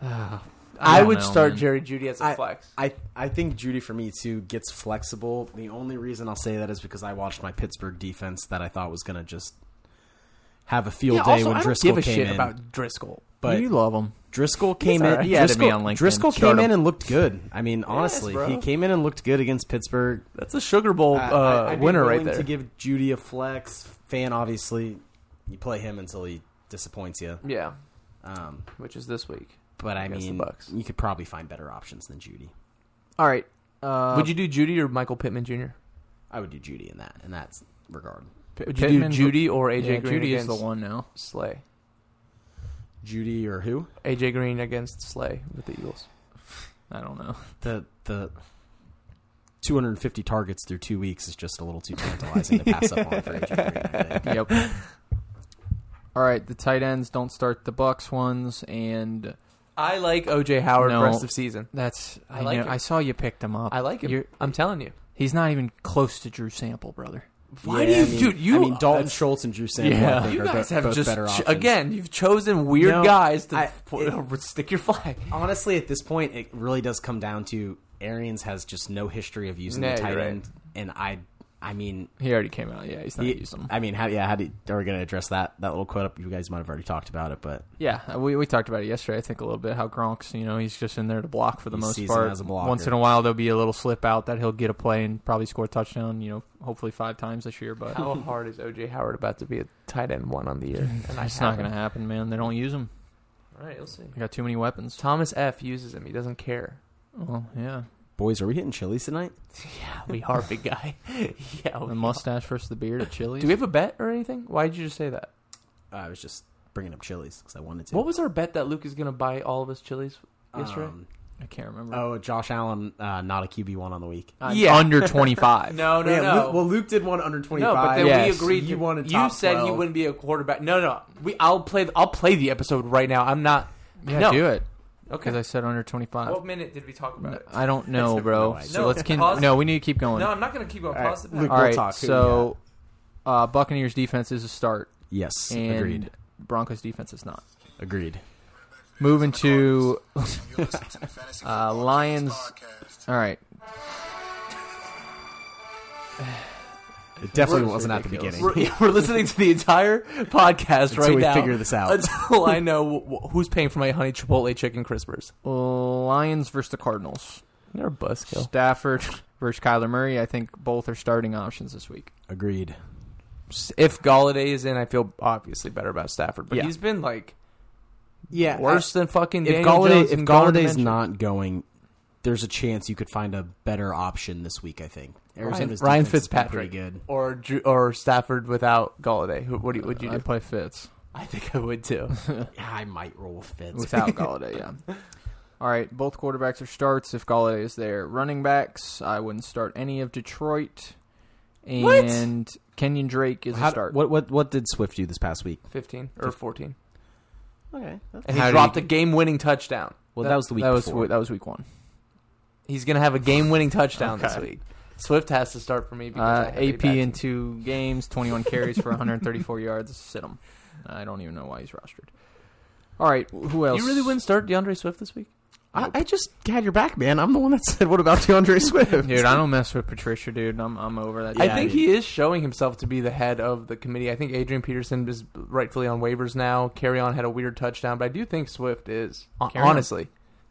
S3: I,
S2: I,
S3: don't
S2: would
S3: know,
S2: start
S3: man.
S2: Jerry Judy as a
S4: I-
S2: flex.
S4: I I think Judy for me too gets flexible. The only reason I'll say that is because I watched my Pittsburgh defense that I thought was going to just have a field day
S2: also,
S4: when
S2: I don't
S4: Driscoll
S2: give a
S4: came
S2: shit
S4: in.
S2: about Driscoll.
S4: but
S3: you love him.
S4: Driscoll came in.
S3: alright. He added
S4: Driscoll,
S3: me on LinkedIn.
S4: Driscoll
S3: Start
S4: came
S3: him.
S4: in and looked good. I mean, honestly,
S2: bro.
S4: he came in and looked good against Pittsburgh.
S2: That's a Sugar Bowl
S4: I-
S2: uh,
S4: I- I'd be
S2: winner right
S4: willing
S2: there.
S4: To give Judy a flex, fan obviously, you play him until he disappoints you.
S2: yeah,
S4: Um,
S2: which is this week.
S4: but I
S2: Against the
S4: mean,
S2: Bucks.
S4: you could probably find better options than Judy.
S3: All right. Uh,
S2: would you do Judy or Michael Pittman Jr.?
S4: I would do Judy in that in that regard.
S2: P- Would you
S3: Pittman-
S2: do Judy or AJ
S3: yeah,
S2: Green
S3: Judy is
S2: against
S3: the one now.
S2: Slay?
S4: Judy or who?
S2: AJ Green against Slay with the Eagles.
S3: I don't know.
S4: the the 250 targets through two weeks is just a little too tantalizing to pass up on for AJ Green. I think.
S3: yep. All right, the tight ends don't start the Bucks ones, and
S2: I like OJ Howard
S3: No.
S2: rest of season.
S3: that's I,
S2: I like
S3: know,
S2: him.
S3: I saw you picked them up.
S2: I like him.
S3: You're-
S2: I'm telling you.
S3: He's not even close to Drew Sample, brother.
S2: Why
S4: Yeah,
S2: do you,
S4: I mean,
S2: dude? You
S4: I mean, Dalton
S2: that's-
S4: Schultz and Drew Sample.
S3: Yeah.
S4: I think
S2: You
S4: are
S2: guys
S4: bo-
S2: have
S4: both
S2: just
S4: better
S2: ch-
S4: options.
S2: again. You've chosen weird
S4: No,
S2: guys to
S4: I-
S2: f- stick your flag.
S4: Honestly, at this point, it really does come down to Arians has just no history of using
S2: No,
S4: the tight
S2: you're right.
S4: end, and I, I mean,
S3: He already came out. Yeah, he's not
S4: he-
S3: used them.
S4: I mean, how yeah, how do, are we going to address that that little quote up? You guys might have already talked about it, but
S3: Yeah, uh, we, we talked about it yesterday. I think a little bit how Gronk's you know he's just in there to block for the
S4: He
S3: most
S4: sees
S3: part.
S4: him as a blocker.
S3: Once in a while there'll be a little slip out that he'll get a play and probably score a touchdown. You know, hopefully five times this year, but
S2: How hard is OJ Howard about to be a tight end one on the year? And I
S3: it's not
S2: haven't.
S3: going to happen, man. They don't use him.
S2: All right, you'll see.
S3: They got too many weapons.
S2: Thomas F uses him. He doesn't care.
S3: Well, yeah,
S4: boys, are we hitting Chili's tonight?
S2: Yeah, we are big guy. yeah, we
S3: the
S2: are.
S3: mustache versus the beard at Chili's.
S2: Do we have a bet or anything? Why did you just say that?
S4: Uh, I was just bringing up Chili's because I wanted to.
S2: What was our bet that Luke is going to buy all of us chilies yesterday?
S4: Um,
S3: I can't remember.
S4: oh, Josh Allen, uh, not a QB one on the week.
S3: I'm
S2: yeah.
S3: under twenty five.
S2: Oh, no, no,
S4: yeah,
S2: no.
S4: Luke, well, Luke did one under twenty
S2: no,
S4: five.
S2: but then
S3: Yes.
S2: we agreed.
S4: You
S2: to-
S4: wanted
S2: You
S4: top
S2: said he
S4: 12.
S2: wouldn't be a quarterback. No, no. We. I'll play. I'll play the episode right now. I'm not.
S3: Yeah,
S2: No.
S3: do it because
S2: Okay.
S3: I said under twenty five.
S2: What minute did we talk about it?
S3: I don't know, bro.
S4: No,
S3: So let's can
S2: pause.
S3: no. We need to keep going.
S2: No, I'm not going to keep on.
S4: All right,
S2: Pause the
S4: Luke,
S2: bet.
S3: All
S4: We'll
S3: right,
S4: talk. Who
S3: so uh, Buccaneers defense is a start,
S4: Yes,
S3: and
S4: agreed.
S3: Broncos defense is not.
S4: Agreed.
S3: Moving to
S1: uh,
S3: Lions- all right.
S4: It definitely
S3: We're-
S4: wasn't at the
S3: ridiculous.
S4: beginning.
S2: We're, yeah, we're listening to the entire podcast
S4: Until
S2: right
S4: we
S2: now.
S4: figure this out.
S2: Until I know wh- wh- who's paying for my honey chipotle chicken crispers.
S3: Lions versus the Cardinals.
S2: They're a buzzkill.
S3: Stafford versus Kyler Murray. I think both are starting options this week.
S4: Agreed.
S2: If Galladay is in, I feel obviously better about Stafford, but
S4: Yeah.
S2: he's been like
S4: Yeah.
S2: worse than fucking
S4: if
S2: uh, Daniel
S4: Galladay,
S2: Jones
S4: if
S2: and Gardner
S4: Galladay's
S2: Minshew.
S4: not going, there's a chance you could find a better option this week. I think Arizona's
S2: Ryan
S4: defense has been
S2: Fitzpatrick.
S4: pretty good.
S2: or Drew, or Stafford without Galladay, who, what do you, would you
S3: I'd
S4: Uh,
S2: do?
S3: play Fitz
S2: I think I would too.
S4: Yeah, I might roll with Fitz.
S3: without Galladay. Yeah. All right, both quarterbacks are starts if Galladay is there. Running backs, I wouldn't start any of Detroit. And Kenyon Drake is
S4: How-
S3: a start.
S4: What what what did Swift do this past week?
S2: Fifteen or fourteen,
S4: Okay, that's,
S2: and
S3: How
S2: he
S3: did
S2: dropped
S3: he-
S2: a game-winning touchdown.
S4: well that, was the week
S3: that was
S4: before.
S3: we- that was week one.
S2: He's gonna have a game-winning touchdown this
S3: Okay.
S2: weck. Swift has to start for me because I
S3: Uh,
S2: have
S3: AP
S2: bad team.
S3: in two games, 21 carries for 134 yards. Sit him. I don't even know why he's rostered. All right, who else?
S2: You really wouldn't start DeAndre Swift this week?
S4: I, I just had your back, man. I'm the one that said, "What about DeAndre Swift?"
S3: dude. I don't mess with Patricia, dude. I'm I'm over that.
S4: Yeah,
S2: I
S3: dude.
S2: think
S4: dude.
S2: he is showing himself to be the head of the committee. I think Adrian Peterson is rightfully on waivers now. Carry on had a weird touchdown, but I do think Swift is hon-
S3: Carry on.
S2: honestly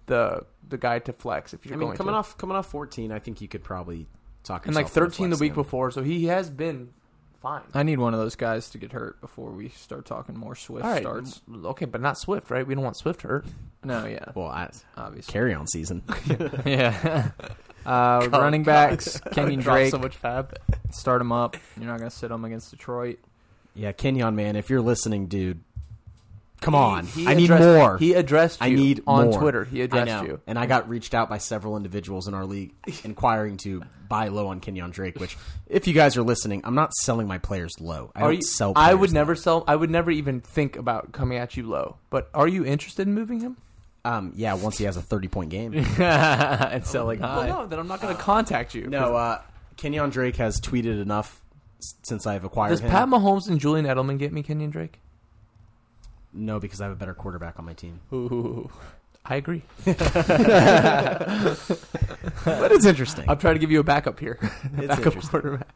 S2: the the guy to flex if you're
S4: I mean,
S2: going
S4: coming
S2: to.
S4: off coming off 14, I think you could probably talk.
S2: and like
S4: yourself into
S2: 13 the
S4: flexing
S2: week
S4: him.
S2: before, so he has been fine.
S3: I need one of those guys to get hurt before we start talking more Swift
S2: All right,
S3: starts.
S2: m- okay, but not Swift, right? We don't want Swift hurt.
S3: No, yeah,
S4: Well, I,
S3: obviously,
S4: carry on season.
S3: yeah. Uh, running backs, Kenyon
S2: Drop
S3: Drake,
S2: so much fab.
S3: start him up. You're not gonna sit him against Detroit.
S4: yeah, Kenyon, man, if you're listening, dude, come on. I need
S2: addressed-
S4: more.
S2: He addressed you
S4: I need
S2: on
S4: more.
S2: Twitter. He
S4: I
S2: addressed
S4: know.
S2: you.
S4: And I got reached out by several individuals in our league inquiring to buy low on Kenyon Drake, which, if you guys are listening, I'm not selling my players low. I
S2: Are
S4: don't
S2: you-
S4: sell
S2: I
S4: players
S2: would
S4: low.
S2: never sell. I would never even think about coming at you low. But are you interested in moving him?
S4: Um, yeah, once he has a 30 point game.
S3: and selling
S2: Well,
S3: high.
S2: no, then I'm not going to contact you.
S4: no, uh, Kenyon Drake has tweeted enough s- since I've acquired
S2: Does
S4: him.
S2: Pat Mahomes and Julian Edelman get me Kenyon Drake?
S4: no, because I have a better quarterback on my team.
S3: Ooh.
S2: I agree.
S4: But it's interesting.
S2: I'm trying to give you a backup here.
S4: It's
S2: backup
S4: interesting.
S2: quarterback.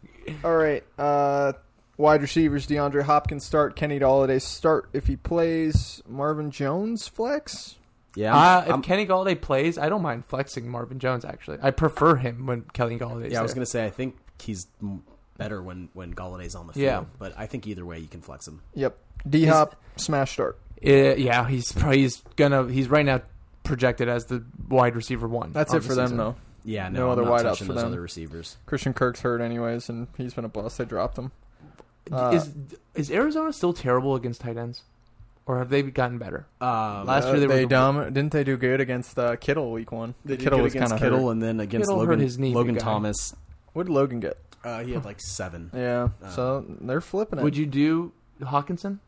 S3: All right. Uh, wide receivers: DeAndre Hopkins start. Kenny Galladay start if he plays. Marvin Jones flex.
S4: Yeah, I'm-
S2: Uh, if
S4: I'm-
S2: Kenny Galladay plays, I don't mind flexing Marvin Jones. Actually, I prefer him when Kelly Galladay.
S4: yeah, I was gonna say I think he's m- better when when Galladay's on the field.
S2: Yeah.
S4: but I think either way you can flex him.
S3: Yep. D Hop smash start.
S2: Uh, yeah, he's probably he's gonna he's right now projected as the wide receiver one.
S3: That's
S2: on
S3: it
S2: the
S3: for them
S2: season.
S3: though.
S4: Yeah, no,
S3: No
S4: I'm
S3: other
S4: not
S3: wideouts
S4: touching
S3: for
S4: those
S3: them.
S4: other receivers.
S3: Christian Kirk's hurt anyways, and he's been a bust. They dropped him. Uh,
S2: is is Arizona still terrible against tight ends, or have they gotten better?
S4: Um,
S2: Last
S3: Uh,
S2: year they were
S3: they
S2: compl-
S3: dumb. Didn't they do good against uh, Kittle week one?
S4: they did
S3: Kittle
S4: good
S3: was
S4: against
S3: kind of
S4: Kittle,
S3: hurt.
S4: and then against
S2: Kittle hurt
S4: Logan,
S2: his knee, the
S4: Logan
S2: guy.
S4: Thomas,
S3: What did Logan get?
S4: uh, he had like seven.
S3: Yeah.
S4: Uh,
S3: so they're flipping it.
S2: Would you do Hawkinson,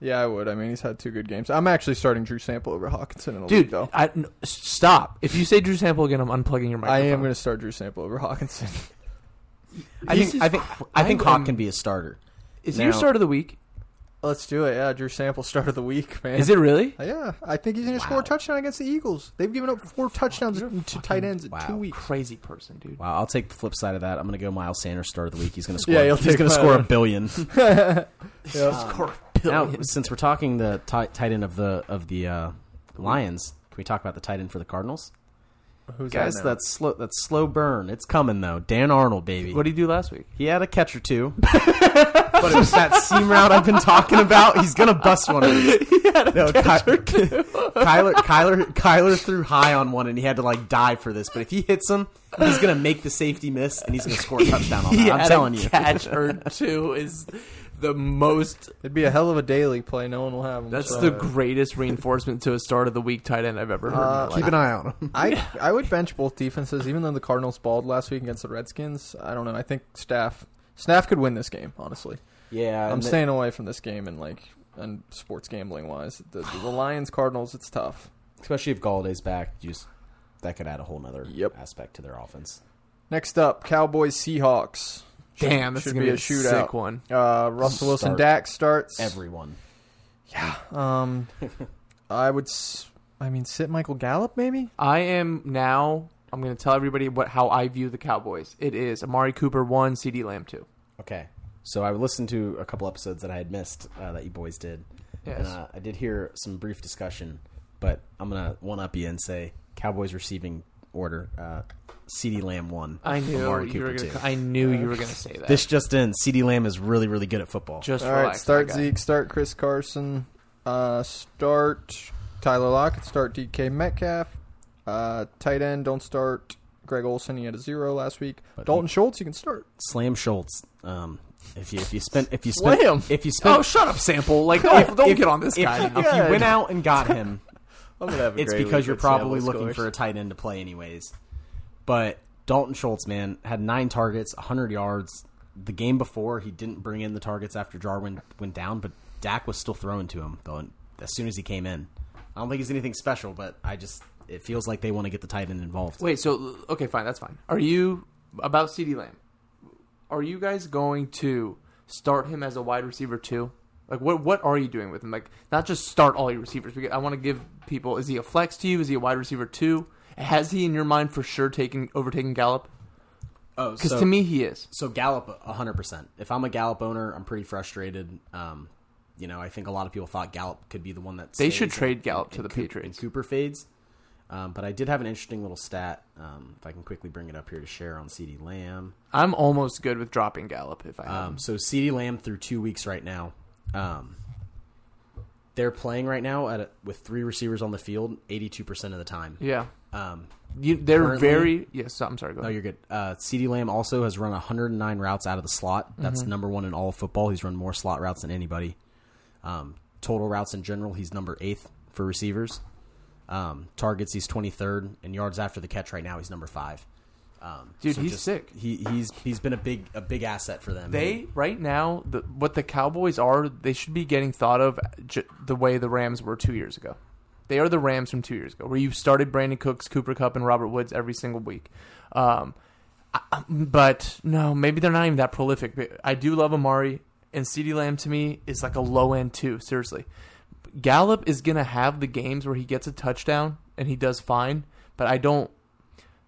S3: Yeah, I would. I mean, he's had two good games. I'm actually starting Drew Sample over Hawkinson in the league,
S2: dude?
S3: though.
S2: I, n- stop. If you say Drew Sample again, I'm unplugging your
S3: I
S2: microphone.
S3: am going to start Drew Sample over Hawkinson.
S2: I
S4: This
S2: think
S4: is
S2: I think
S4: cr- I think
S2: I
S4: Hawk
S2: am-
S4: can be a starter.
S2: is he your
S4: now-
S2: start of the week?
S3: Let's do it. Yeah, Drew Sample start of the week, man. Uh,
S2: Is it really?
S3: Yeah, I think he's going to score a touchdown against the Eagles. They've given up four touchdowns to tight ends in
S4: wow.
S3: two weeks.
S2: Crazy person, dude.
S4: Wow, I'll take the flip side of that. I'm gonna go Miles Sanders start of the week. He's gonna score.
S3: Yeah, he'll
S4: he's
S3: take
S4: gonna
S3: my-
S4: score a billion.
S3: Yeah.
S2: Score
S4: now, since we're talking the ti- tight end of the of the uh, Lions, can we talk about the tight end for the Cardinals?
S3: Who's that
S4: Guys,
S3: now?
S4: that's slow. That's slow burn. It's coming though. Dan Arnold, baby.
S2: What did he do last week?
S4: He had a catch or two, but it was that seam route I've been talking about. He's gonna bust one of these. No, Ky- Kyler, Kyler, Kyler threw high on one, and he had to like die for this. But if he hits him, he's gonna make the safety miss, and he's gonna score a touchdown on that. I'm telling you.
S2: catch or two is the most.
S3: It'd be a hell of a daily play. No one will have him.
S2: That's
S3: so-
S2: the greatest reinforcement to a start of the week tight end I've ever heard.
S3: Uh,
S2: in my
S3: keep
S2: life.
S4: an eye on him.
S3: I I would bench both defenses, even though the Cardinals balled last week against the Redskins. I don't know. I think Staff Staff could win this game. Honestly,
S4: Yeah,
S3: I'm
S4: and the-
S3: staying away from this game and like and sports gambling wise. The, the Lions Cardinals, it's tough.
S4: especially if Galladay's back. you Just that could add a whole other
S3: Yep.
S4: aspect to their offense.
S3: Next up, Cowboys Seahawks. Should-
S2: Damn, this is
S3: should
S2: gonna
S3: be
S2: be
S3: a
S2: a
S3: shootout.
S2: sick one.
S3: Uh, Russell Wilson,
S4: Start.
S3: Dak starts.
S4: Everyone.
S3: Um, I would. S- I mean, sit Michael Gallup maybe.
S2: I am now. I'm going to tell everybody what how I view the Cowboys. It is Amari Cooper one, CD Lamb two.
S4: Okay. So I listened to a couple episodes that I had missed uh, that you boys did.
S2: Yes.
S4: And, uh, I did hear some brief discussion, but I'm going to one up you and say Cowboys receiving order. Uh, CD Lamb one.
S2: I knew
S4: Amari
S2: you were
S4: Cooper
S2: gonna.
S4: two.
S2: I knew you were gonna say that.
S4: This just in: CD Lamb is really, really good at football.
S2: just
S3: All right,
S2: relax,
S3: start
S2: my guy.
S3: Zeke, start Chris Carson, uh, start Tyler Lockett, start DK Metcalf, uh, tight end. Don't start Greg Olson. He had a zero last week.
S4: But
S3: Dalton Schultz, you can start.
S4: Slam Schultz. Um, if you if you spent if you spent
S2: Slam?
S4: if you spent
S2: Oh, shut up, Sample. Like, don't, don't get on this
S4: if,
S2: guy.
S4: if you went out and got him,
S3: I'm gonna have
S4: it's because you're probably looking for a tight end to play anyways. But Dalton Schultz, man, had nine targets, 100 yards. The game before, he didn't bring in the targets after Jarwin went down, but Dak was still throwing to him though, as soon as he came in. I don't think he's anything special, but I just it feels like they want to get the tight end involved.
S2: Wait, so okay, fine, that's fine. Are you about CD Lamb? Are you guys going to start him as a wide receiver too? Like, what what are you doing with him? Like, not just start all your receivers. Because I want to give people: is he a flex to you? Is he a wide receiver too? Has he in your mind for sure taking overtaking Gallup?
S4: Oh,
S2: Because to me, he is.
S4: So Gallup, hundred percent. If I'm a Gallup owner, I'm pretty frustrated. Um, you know, I think a lot of people thought Gallup could be the one that
S2: They
S4: stays
S2: should trade Gallup to
S4: and
S2: the
S4: Coop-
S2: Patriots.
S4: And Cooper fades. Um, but I did have an interesting little stat. Um, if I can quickly bring it up here to share on CD Lamb.
S2: I'm almost good with dropping Gallup if I have.
S3: Uh,
S2: him.
S4: Um, so CD Lamb through two weeks right now. Um, they're playing right now at a, with three receivers on the field, eighty-two percent of the time.
S2: yeah,
S4: Um,
S2: you, they're
S4: currently-
S2: very. Yes, I'm sorry. Go
S4: No,
S2: ahead.
S4: you're good. Uh, CD Lamb also has run 109 routes out of the slot. That's
S2: Mm-hmm.
S4: number one in all of football. He's run more slot routes than anybody. Um, total routes in general, he's number eighth for receivers. Um, targets, he's 23rd, and yards after the catch right now, he's number five. Um,
S2: Dude, he's sick.
S4: He, he's he's been a big a big asset for them.
S2: They right now, the, what the Cowboys are, they should be getting thought of j- the way the Rams were two years ago. They are the Rams from two years ago, where you started Brandon Cooks, Cooper Cup, and Robert Woods every single week. Um, I- I- but no, maybe they're not even that prolific. But I do love Amari and Ceedee Lamb. To me, is like a low end too. Seriously, Gallup is gonna have the games where he gets a touchdown and he does fine. But I don't.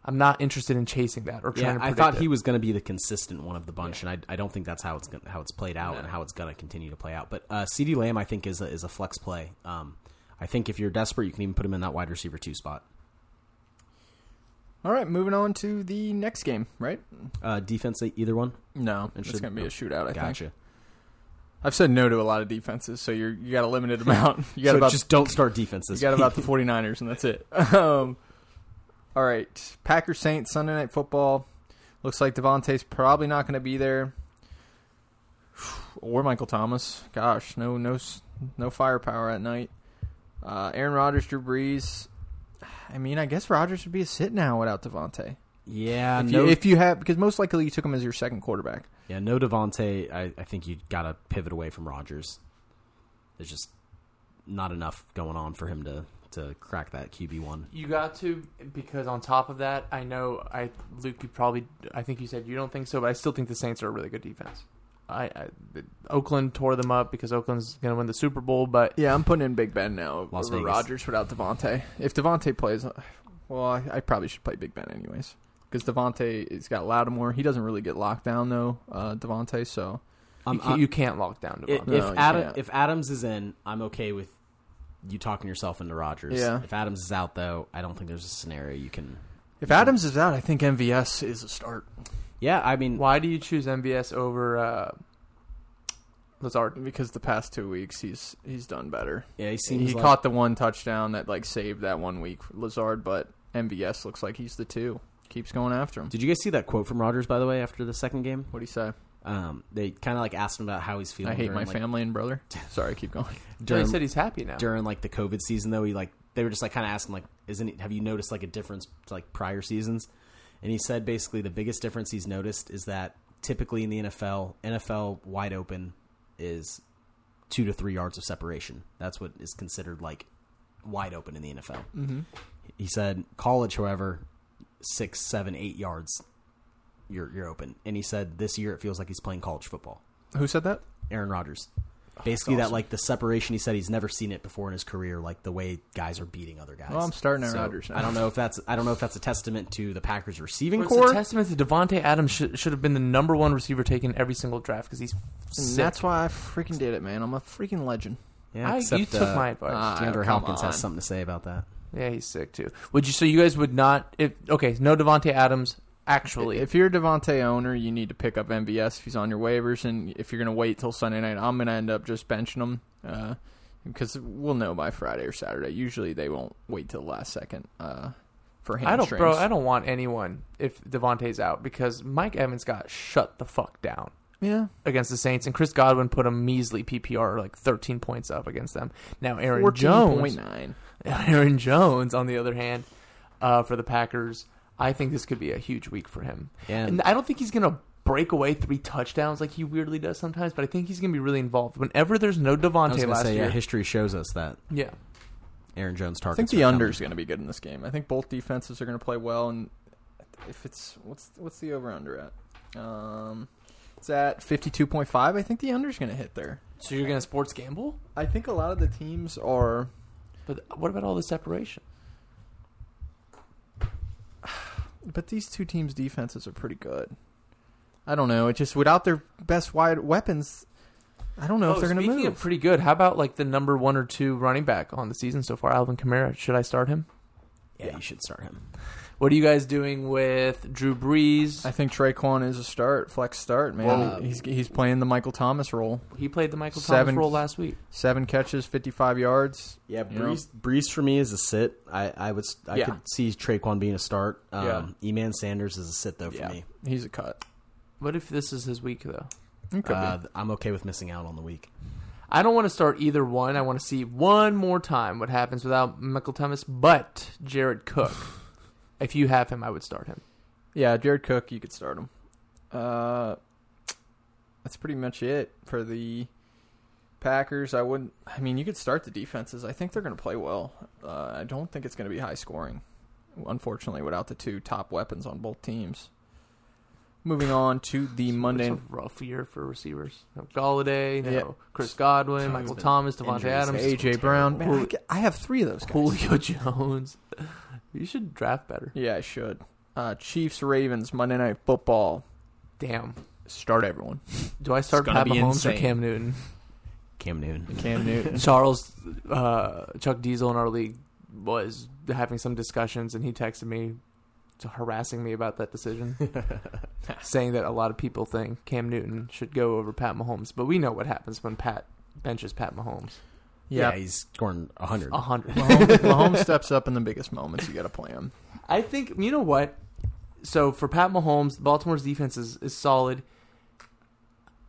S2: I'm not interested in chasing that or trying
S4: Yeah,
S2: to.
S4: I
S2: predict
S4: thought
S2: it.
S4: he was going to be the consistent one of the bunch, and I, I don't think that's how it's gonna, how it's played out and how it's going to continue to play out. But uh, CD Lamb, I think, is a, is a flex play. Um, I think if you're desperate, you can even put him in that wide receiver two spot.
S3: All right, moving on to the next game, right?
S4: Uh, defense, either one.
S3: No,
S4: It
S3: it's
S4: should-
S3: gonna be a shootout. I think.
S4: Gotcha.
S3: I've said no to a lot of defenses, so you're you got a limited amount. You got
S4: so
S3: about
S4: just don't start defense
S3: You
S4: this
S3: got
S4: week.
S3: about the 49ers, and that's it. Um, all right. Packers Saints, Sunday Night Football. Looks like Devontae's probably not going to be there. Or Michael Thomas. Gosh, no no, s- no firepower at night. Uh, Aaron Rodgers, Drew Brees. I mean, I guess Rodgers would be a sit now without Devontae.
S4: yeah,
S3: If,
S4: Uh, no,
S3: you, if you have, because most likely you took him as your second quarterback.
S4: yeah, no Devontae. I, I think you got to pivot away from Rodgers. There's just not enough going on for him to to crack that QB one.
S2: You got to because on top of that, I know I Luke. You probably I think you said you don't think so, but I still think the Saints are a really good defense. I, I Oakland tore them up because Oakland's going to win the Super Bowl, but
S3: Yeah, I'm putting in Big Ben now
S4: Las
S3: over
S4: Vegas.
S3: Rodgers without Devontae. If Devontae plays, well, I, I probably should play Big Ben anyways because Devontae has got Lattimore. He doesn't really get locked down though, uh, Devontae. So
S4: I'm-
S2: you, can't, you can't lock down
S4: I- if,
S2: Devontae.
S3: No, you
S4: Adam,
S3: can't.
S4: if Adams is in, I'm okay with you talking yourself into Rodgers.
S3: Yeah.
S4: If Adams is out, though, I don't think there's a scenario you can.
S3: if
S4: Mm-hmm.
S3: Adams is out, I think MVS is a start
S4: Yeah, I mean,
S2: Why do you choose MVS over uh, Lazard?
S3: because the past two weeks he's he's done better.
S4: yeah, he seems
S3: he
S4: like
S3: caught the one touchdown that like saved that one week for Lazard, but MVS looks like he's the two. Keeps going after him.
S4: Did you guys see that quote from Rogers by the way after the second game?
S3: What do you say?
S4: Um, they kind of like asked him about how he's feeling.
S3: I hate
S4: during,
S3: my
S4: like,
S3: family and brother. Sorry, keep going.
S2: During,
S4: During,
S2: he said he's happy now.
S4: during like the COVID season though, he like they were just like kind of asking like, isn't it, have you noticed like a difference to like prior seasons? And he said basically the biggest difference he's noticed is that typically in the NFL, NFL wide open is two to three yards of separation. That's what is considered like wide open in the NFL.
S3: Mm-hmm.
S4: He said college, however, six, seven, eight yards, you're you're open. And he said this year it feels like he's playing college football.
S3: Who said that?
S4: Aaron Rodgers. Basically, that like the separation. He said he's never seen it before in his career, like the way guys are beating other guys.
S3: Well, I'm starting Aaron
S4: So,
S3: Rodgers now.
S4: I don't know if that's I don't know if that's a testament to the Packers receiving
S2: Well, it's
S4: core.
S2: a testament that Devontae Adams should, should have been the number one receiver taken every single draft because he's
S3: And
S2: sick.
S3: that's why I freaking did it, man. I'm a freaking legend.
S4: yeah,
S2: I,
S4: except
S2: you took
S4: uh,
S2: my advice.
S3: Ah,
S4: DeAndre
S3: come
S4: Hopkins
S3: on.
S4: has something to say about that.
S2: Yeah, he's sick too. Would you? So you guys would not? If okay, no Devonte Adams. Actually,
S3: If you're a Devontae owner, you need to pick up MVS if he's on your waivers, and if you're going to wait till Sunday night, I'm going to end up just benching him uh, because we'll know by Friday or Saturday. Usually, they won't wait till the last second uh, for
S2: I don't,
S3: hamstrings.
S2: bro. I don't want anyone if Devontae's out because Mike Evans got shut the fuck down
S3: yeah,
S2: against the Saints, and Chris Godwin put a measly PPR like 13 points up against them. Now Aaron Jones,
S3: 14.9.
S2: Aaron Jones, on the other hand, uh, for the Packers, I think this could be a huge week for him.
S4: Yeah.
S2: And I don't think he's gonna break away three touchdowns like he weirdly does sometimes, but I think he's gonna be really involved. Whenever there's no
S4: I was
S2: Devontae
S4: gonna
S2: last
S4: say, yeah,
S2: year,
S4: history shows us that
S2: yeah,
S4: Aaron Jones
S3: I think
S4: targets.
S3: the
S4: are coming.
S3: under is going to be good in this game. I think both defenses are going to play well, and if it's what's what's the over under at? Um, it's at 52.5. I think the under's going to hit there.
S2: so you're gonna sports gamble,
S3: I think a lot of the teams are.
S2: but what about all the separation?
S3: But these two teams' defenses are pretty good. I don't know. It just without their best wide weapons, I don't know if
S2: Oh,
S3: they're going to
S2: speaking
S3: move.
S2: of pretty good, how about like the number one or two running back on the season so far, Alvin Kamara? Should I start him?
S4: Yeah, you should start him.
S2: What are you guys doing with Drew Brees?
S3: I think Traquan is a start, flex start, man.
S4: Whoa.
S3: He's he's playing the Michael Thomas role.
S2: he played the Michael
S3: Seven-
S2: Thomas role last week.
S3: Seven catches, fifty-five yards.
S4: Yeah,
S3: You
S4: Breeze, Breeze for me is a sit. I, I would s- I
S3: Yeah.
S4: could see Traquan being a start. Um, Eman Sanders is a sit though for
S3: Yeah.
S4: me.
S3: He's a cut.
S2: What if this is his week though?
S3: He could
S4: Uh,
S3: be.
S4: I'm okay with missing out on the week.
S2: I don't want to start either one. I want to see one more time what happens without Michael Thomas, but Jared Cook. if you have him, I would start him.
S3: Yeah, Jared Cook, you could start him. Uh, that's pretty much it for the Packers. I wouldn't. I mean, you could start the defenses. I think they're going to play well. Uh, I don't think it's going to be high scoring, unfortunately, without the two top weapons on both teams. Moving on to the Monday.
S2: It's a rough year for receivers. No Galladay, no
S3: Yeah.
S2: Chris Godwin,
S4: It's
S2: Michael
S4: been
S2: Thomas, Devontae
S4: injuries.
S2: Adams,
S4: Hey,
S3: AJ Brown.
S4: Man,
S3: Man, I, get- I have three of those guys.
S2: Julio Jones. You should draft better.
S3: Yeah, I should. Uh, Chiefs Ravens Monday Night Football.
S2: Damn.
S3: Start everyone.
S2: Do I start
S4: gonna
S2: Pat
S4: be
S2: Mahomes or
S4: insane.
S2: Cam Newton?
S4: Cam Newton.
S3: Cam Newton.
S2: Charles, uh, Chuck Diesel in our league was having some discussions, and he texted me, to harassing me about that decision, saying that a lot of people think Cam Newton should go over Pat Mahomes, but we know what happens when Pat benches Pat Mahomes.
S4: Yeah,
S3: Yeah.
S4: he's scoring hundred.
S2: A hundred.
S3: Mahomes, Mahomes steps up in the biggest moments. You got to play him.
S2: I think you know what. So for Pat Mahomes, Baltimore's defense is, is solid.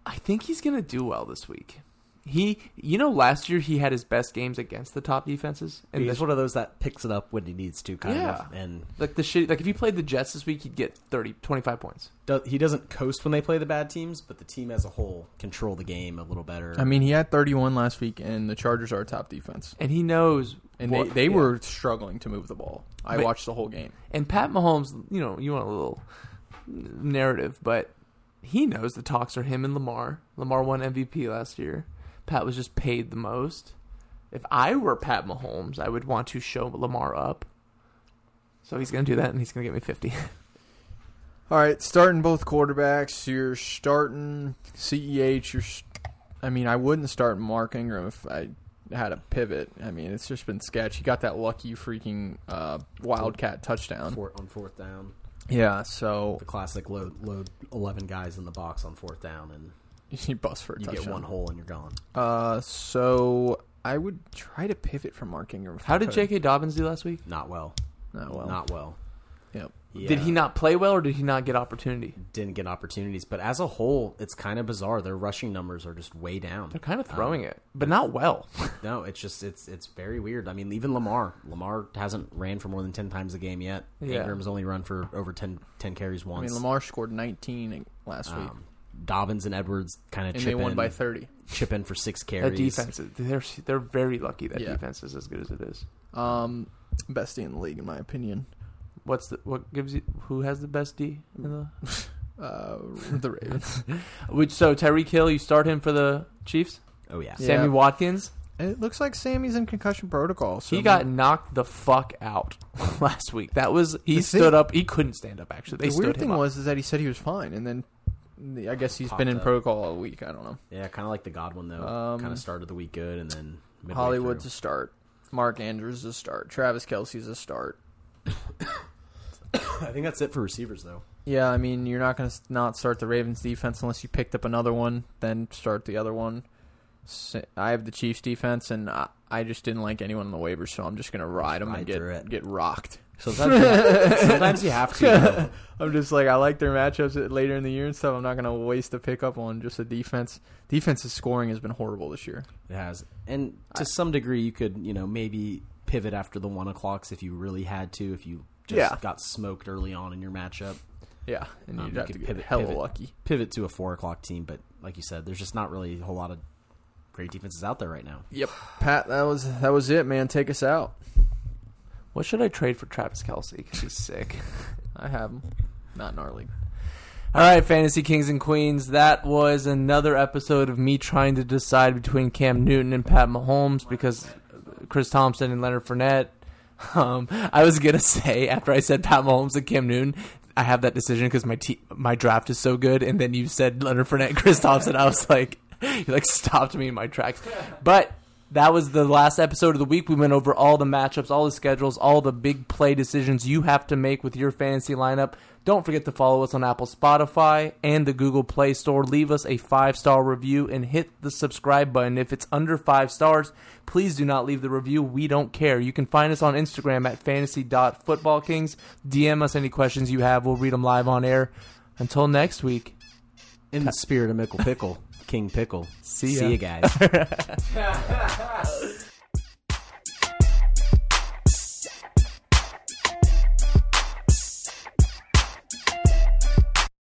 S2: I think he's gonna do well this week. He, you know, last year he had his best games against the top defenses, and
S4: he's
S2: this
S4: one of those that picks it up when he needs to, kind
S2: Yeah.
S4: of. And
S2: Like the shit. Like if you played the Jets this week, you'd get 30, 25 points.
S4: do, he doesn't coast when they play the bad teams, but the team as a whole control the game a little better.
S3: I mean, he had 31 last week, and the Chargers are a top defense,
S2: And he knows.
S3: and
S2: what-
S3: they, they
S2: yeah.
S3: were struggling to move the ball. I
S2: But-
S3: watched the whole game.
S2: And Pat Mahomes, you know, you want a little narrative, but he knows the talks are him and Lamar. Lamar won MVP last year. Pat was just paid the most. If I were Pat Mahomes, I would want to show Lamar up. So he's going to do that, and he's going to get me fifty.
S3: All right, starting both quarterbacks. You're starting Ceh. You're, s- I mean, I wouldn't start Mark Ingram if I had a pivot. I mean, it's just been sketch. He got that lucky freaking uh, wildcat touchdown.
S4: Four- on fourth down,
S3: Yeah, so
S4: the classic load load eleven guys in the box on fourth down, and
S3: he busts for a
S4: you
S3: touchdown.
S4: get one hole and you're gone.
S3: Uh, so I would try to pivot from Mark Ingram. if
S2: How
S3: I
S2: did
S3: could.
S2: J.K. Dobbins do last week?
S4: Not well.
S3: Not well.
S4: Not well.
S3: Yep.
S2: Did
S4: Yeah.
S2: he not play well, or did he not get opportunity?
S4: didn't get opportunities. But as a whole, it's kind of bizarre. Their rushing numbers are just way down. Um,
S2: They're kind of throwing it, Uh, but not well.
S4: No, it's just it's it's very weird. I mean, even Lamar, Lamar hasn't ran for more than ten times a game yet.
S2: Yeah.
S4: Ingram's only run for over 10, 10 carries
S3: I
S4: once.
S3: mean, Lamar scored 19 last week,
S4: Um, Dobbins and Edwards kind of
S3: and
S4: chip
S3: they won
S4: in,
S3: by 30.
S4: chip in for six
S2: That
S4: carries.
S2: defense, is- they're they're very lucky that
S3: Yeah.
S2: defense is as good as it is.
S3: Um, best team in the league, in my opinion.
S2: What's the what gives you who has the best D? In the,
S3: Uh, the Ravens.
S2: which so Tyreek Hill, you start him for the Chiefs.
S4: Oh yeah,
S3: Yeah.
S2: Sammy Watkins,
S3: it looks like Sammy's in concussion protocol. So
S2: he got knocked the fuck out last week. That was he
S3: The thing-
S2: stood up. He couldn't stand up. Actually, they
S3: the weird
S2: stood
S3: thing
S2: him up.
S3: was is that he said he was fine, and then the- I guess he's
S4: Popped
S3: been in
S4: up.
S3: protocol all week. I don't know.
S4: yeah, kind of like the Godwin though.
S3: Um,
S4: kind of started the week good and then midway
S3: Hollywood
S4: through.
S3: to start. Mark Andrews is a start. Travis Kelsey's a start.
S4: I think that's it for receivers, though.
S3: Yeah, I mean, you're not going to not start the Ravens defense unless you picked up another one, then start the other one. S- I have the Chiefs defense, and I, I just didn't like anyone on the waivers, so I'm just going to ride them and
S4: ride
S3: get
S4: through it.
S3: get rocked.
S4: Sometimes, you, sometimes you have to. though.
S3: I'm just like I like their matchups later in the year and stuff. I'm not going to waste a pickup on just a defense. Defense's scoring has been horrible this year.
S4: It has, and to some degree, you could, you know, maybe pivot after the one o'clocks if you really had to. If you just
S3: Yeah.
S4: got smoked early on in your matchup,
S3: Yeah, and
S4: Um,
S3: you'd
S4: you
S3: have
S4: could
S3: to get
S4: pivot-
S3: hella
S4: pivot.
S3: lucky.
S4: pivot to a four o'clock team. But like you said, there's just not really a whole lot of great defenses out there right now.
S3: Yep, Pat, that was that was it, man. Take us out.
S2: What should I trade for Travis Kelsey? Because he's sick.
S3: I have him. Not in our league.
S2: All right, Fantasy Kings and Queens. That was another episode of me trying to decide between Cam Newton and Pat Mahomes because Chris Thompson and Leonard Fournette. Um, I was gonna say after I said Pat Mahomes and Cam Newton, I have that decision because my te- my draft is so good. And then you said Leonard Fournette, and Chris Thompson. I was like, you like stopped me in my tracks. But that was the last episode of the week. We went over all the matchups, all the schedules, all the big play decisions you have to make with your fantasy lineup. Don't forget to follow us on Apple, Spotify, and the Google Play Store. Leave us a five star review and hit the subscribe button. If it's under five stars, please do not leave the review. We don't care. You can find us on Instagram at fantasy.footballkings. DM us any questions you have. We'll read them live on air. Until next week.
S4: In the spirit of Mickle Pickle, King Pickle.
S2: See ya.
S4: See you guys.